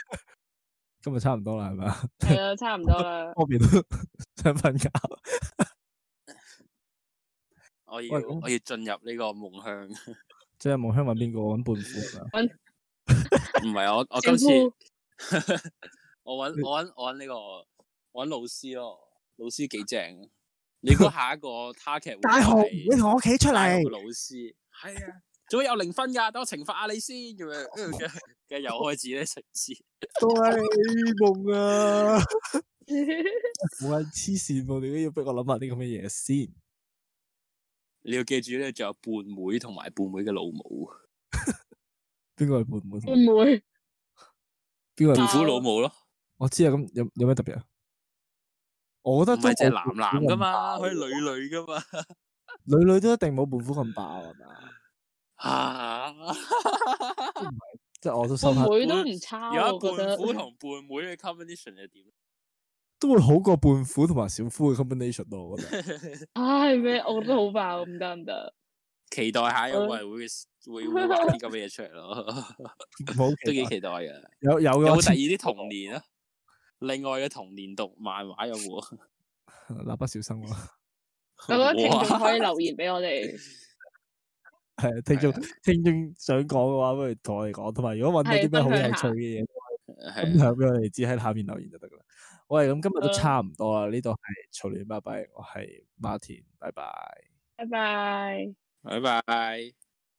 A: 今日差唔多啦，係咪啊？
C: 係啦，差唔多啦。
A: 我邊都 <laughs> 想瞓覺。
B: 我要
A: 喂咁
B: 我要進入呢個夢鄉。
A: 最近夢鄉揾邊個？揾伴夫啊？
B: 唔係我我
C: 政
B: 今次
C: 府
B: 我揾我揾我揾呢、個我揾老師咯，老師幾正啊。你估下一個 target 會
A: 大雄，
B: 係
A: 你同我企出
B: 大雄
A: 嚟
B: 嘅！老師係啊，總會有零分㗎，等我懲罰下你先咁樣，跟住跟住又開始咧食字。
A: 哆啦 A 夢啊！ <laughs> 我係黐線喎，你都要逼我諗下啲咁嘅嘢先。
B: 你要記住咧，仲有半妹同埋半妹嘅老母，
A: 邊個係
B: 嗯
A: 伴夫？
C: 會唔會
A: 邊個係伴
B: 胖
C: 啊
A: 夫？
B: 虎老母咯，
A: 我知啊，咁有有咩特別啊？我覺
B: 唔
A: 得都
B: 係即係
A: 冇
B: 男男噶嘛，
A: 伴
B: 可以
A: 夫
B: 女女噶嘛。
A: 女女都一定冇胖虎咁爆係嘛？
B: 啊！
A: 即係我都心
B: 嗯
A: 下
C: 個妹都唔差，
B: 而家
C: 我覺
B: 胖
C: 得
B: 虎同胖妹嘅 combination 係點？
A: 都會好過胖虎同埋小夫嘅 combination 咯，我覺
B: <laughs>
A: 得
C: 唉咩？我覺得好爆，唔得唔得，
B: 期待下有冇人會會會畫啲咁嘅嘢出嚟咯，
A: 唔好
B: 都
A: 期待
B: 幾期待嘅。
A: 有有
B: 有
A: 有
B: 冇第二啲童年啊？另外嘅童年讀漫畫有冇啊？
A: <laughs> 蠟筆小新喎，
C: 我
B: <laughs>
C: 覺得聽眾
B: 哇
C: 可以留言俾我哋，
A: 係啊聽眾
B: 啊
A: 聽眾想講嘅話，不如同我哋講，同埋如果揾到
C: 係
A: 啲咩好
C: 分享
A: 有
C: 下
A: 趣嘅嘢，分
B: 係啊啊
A: 享俾我哋知喺下面留言就得噶啦。喂，咁今日都差唔多啦，呢度係嘈亂巴閉，我係 Martin，拜拜。
C: 拜拜。
B: 拜拜。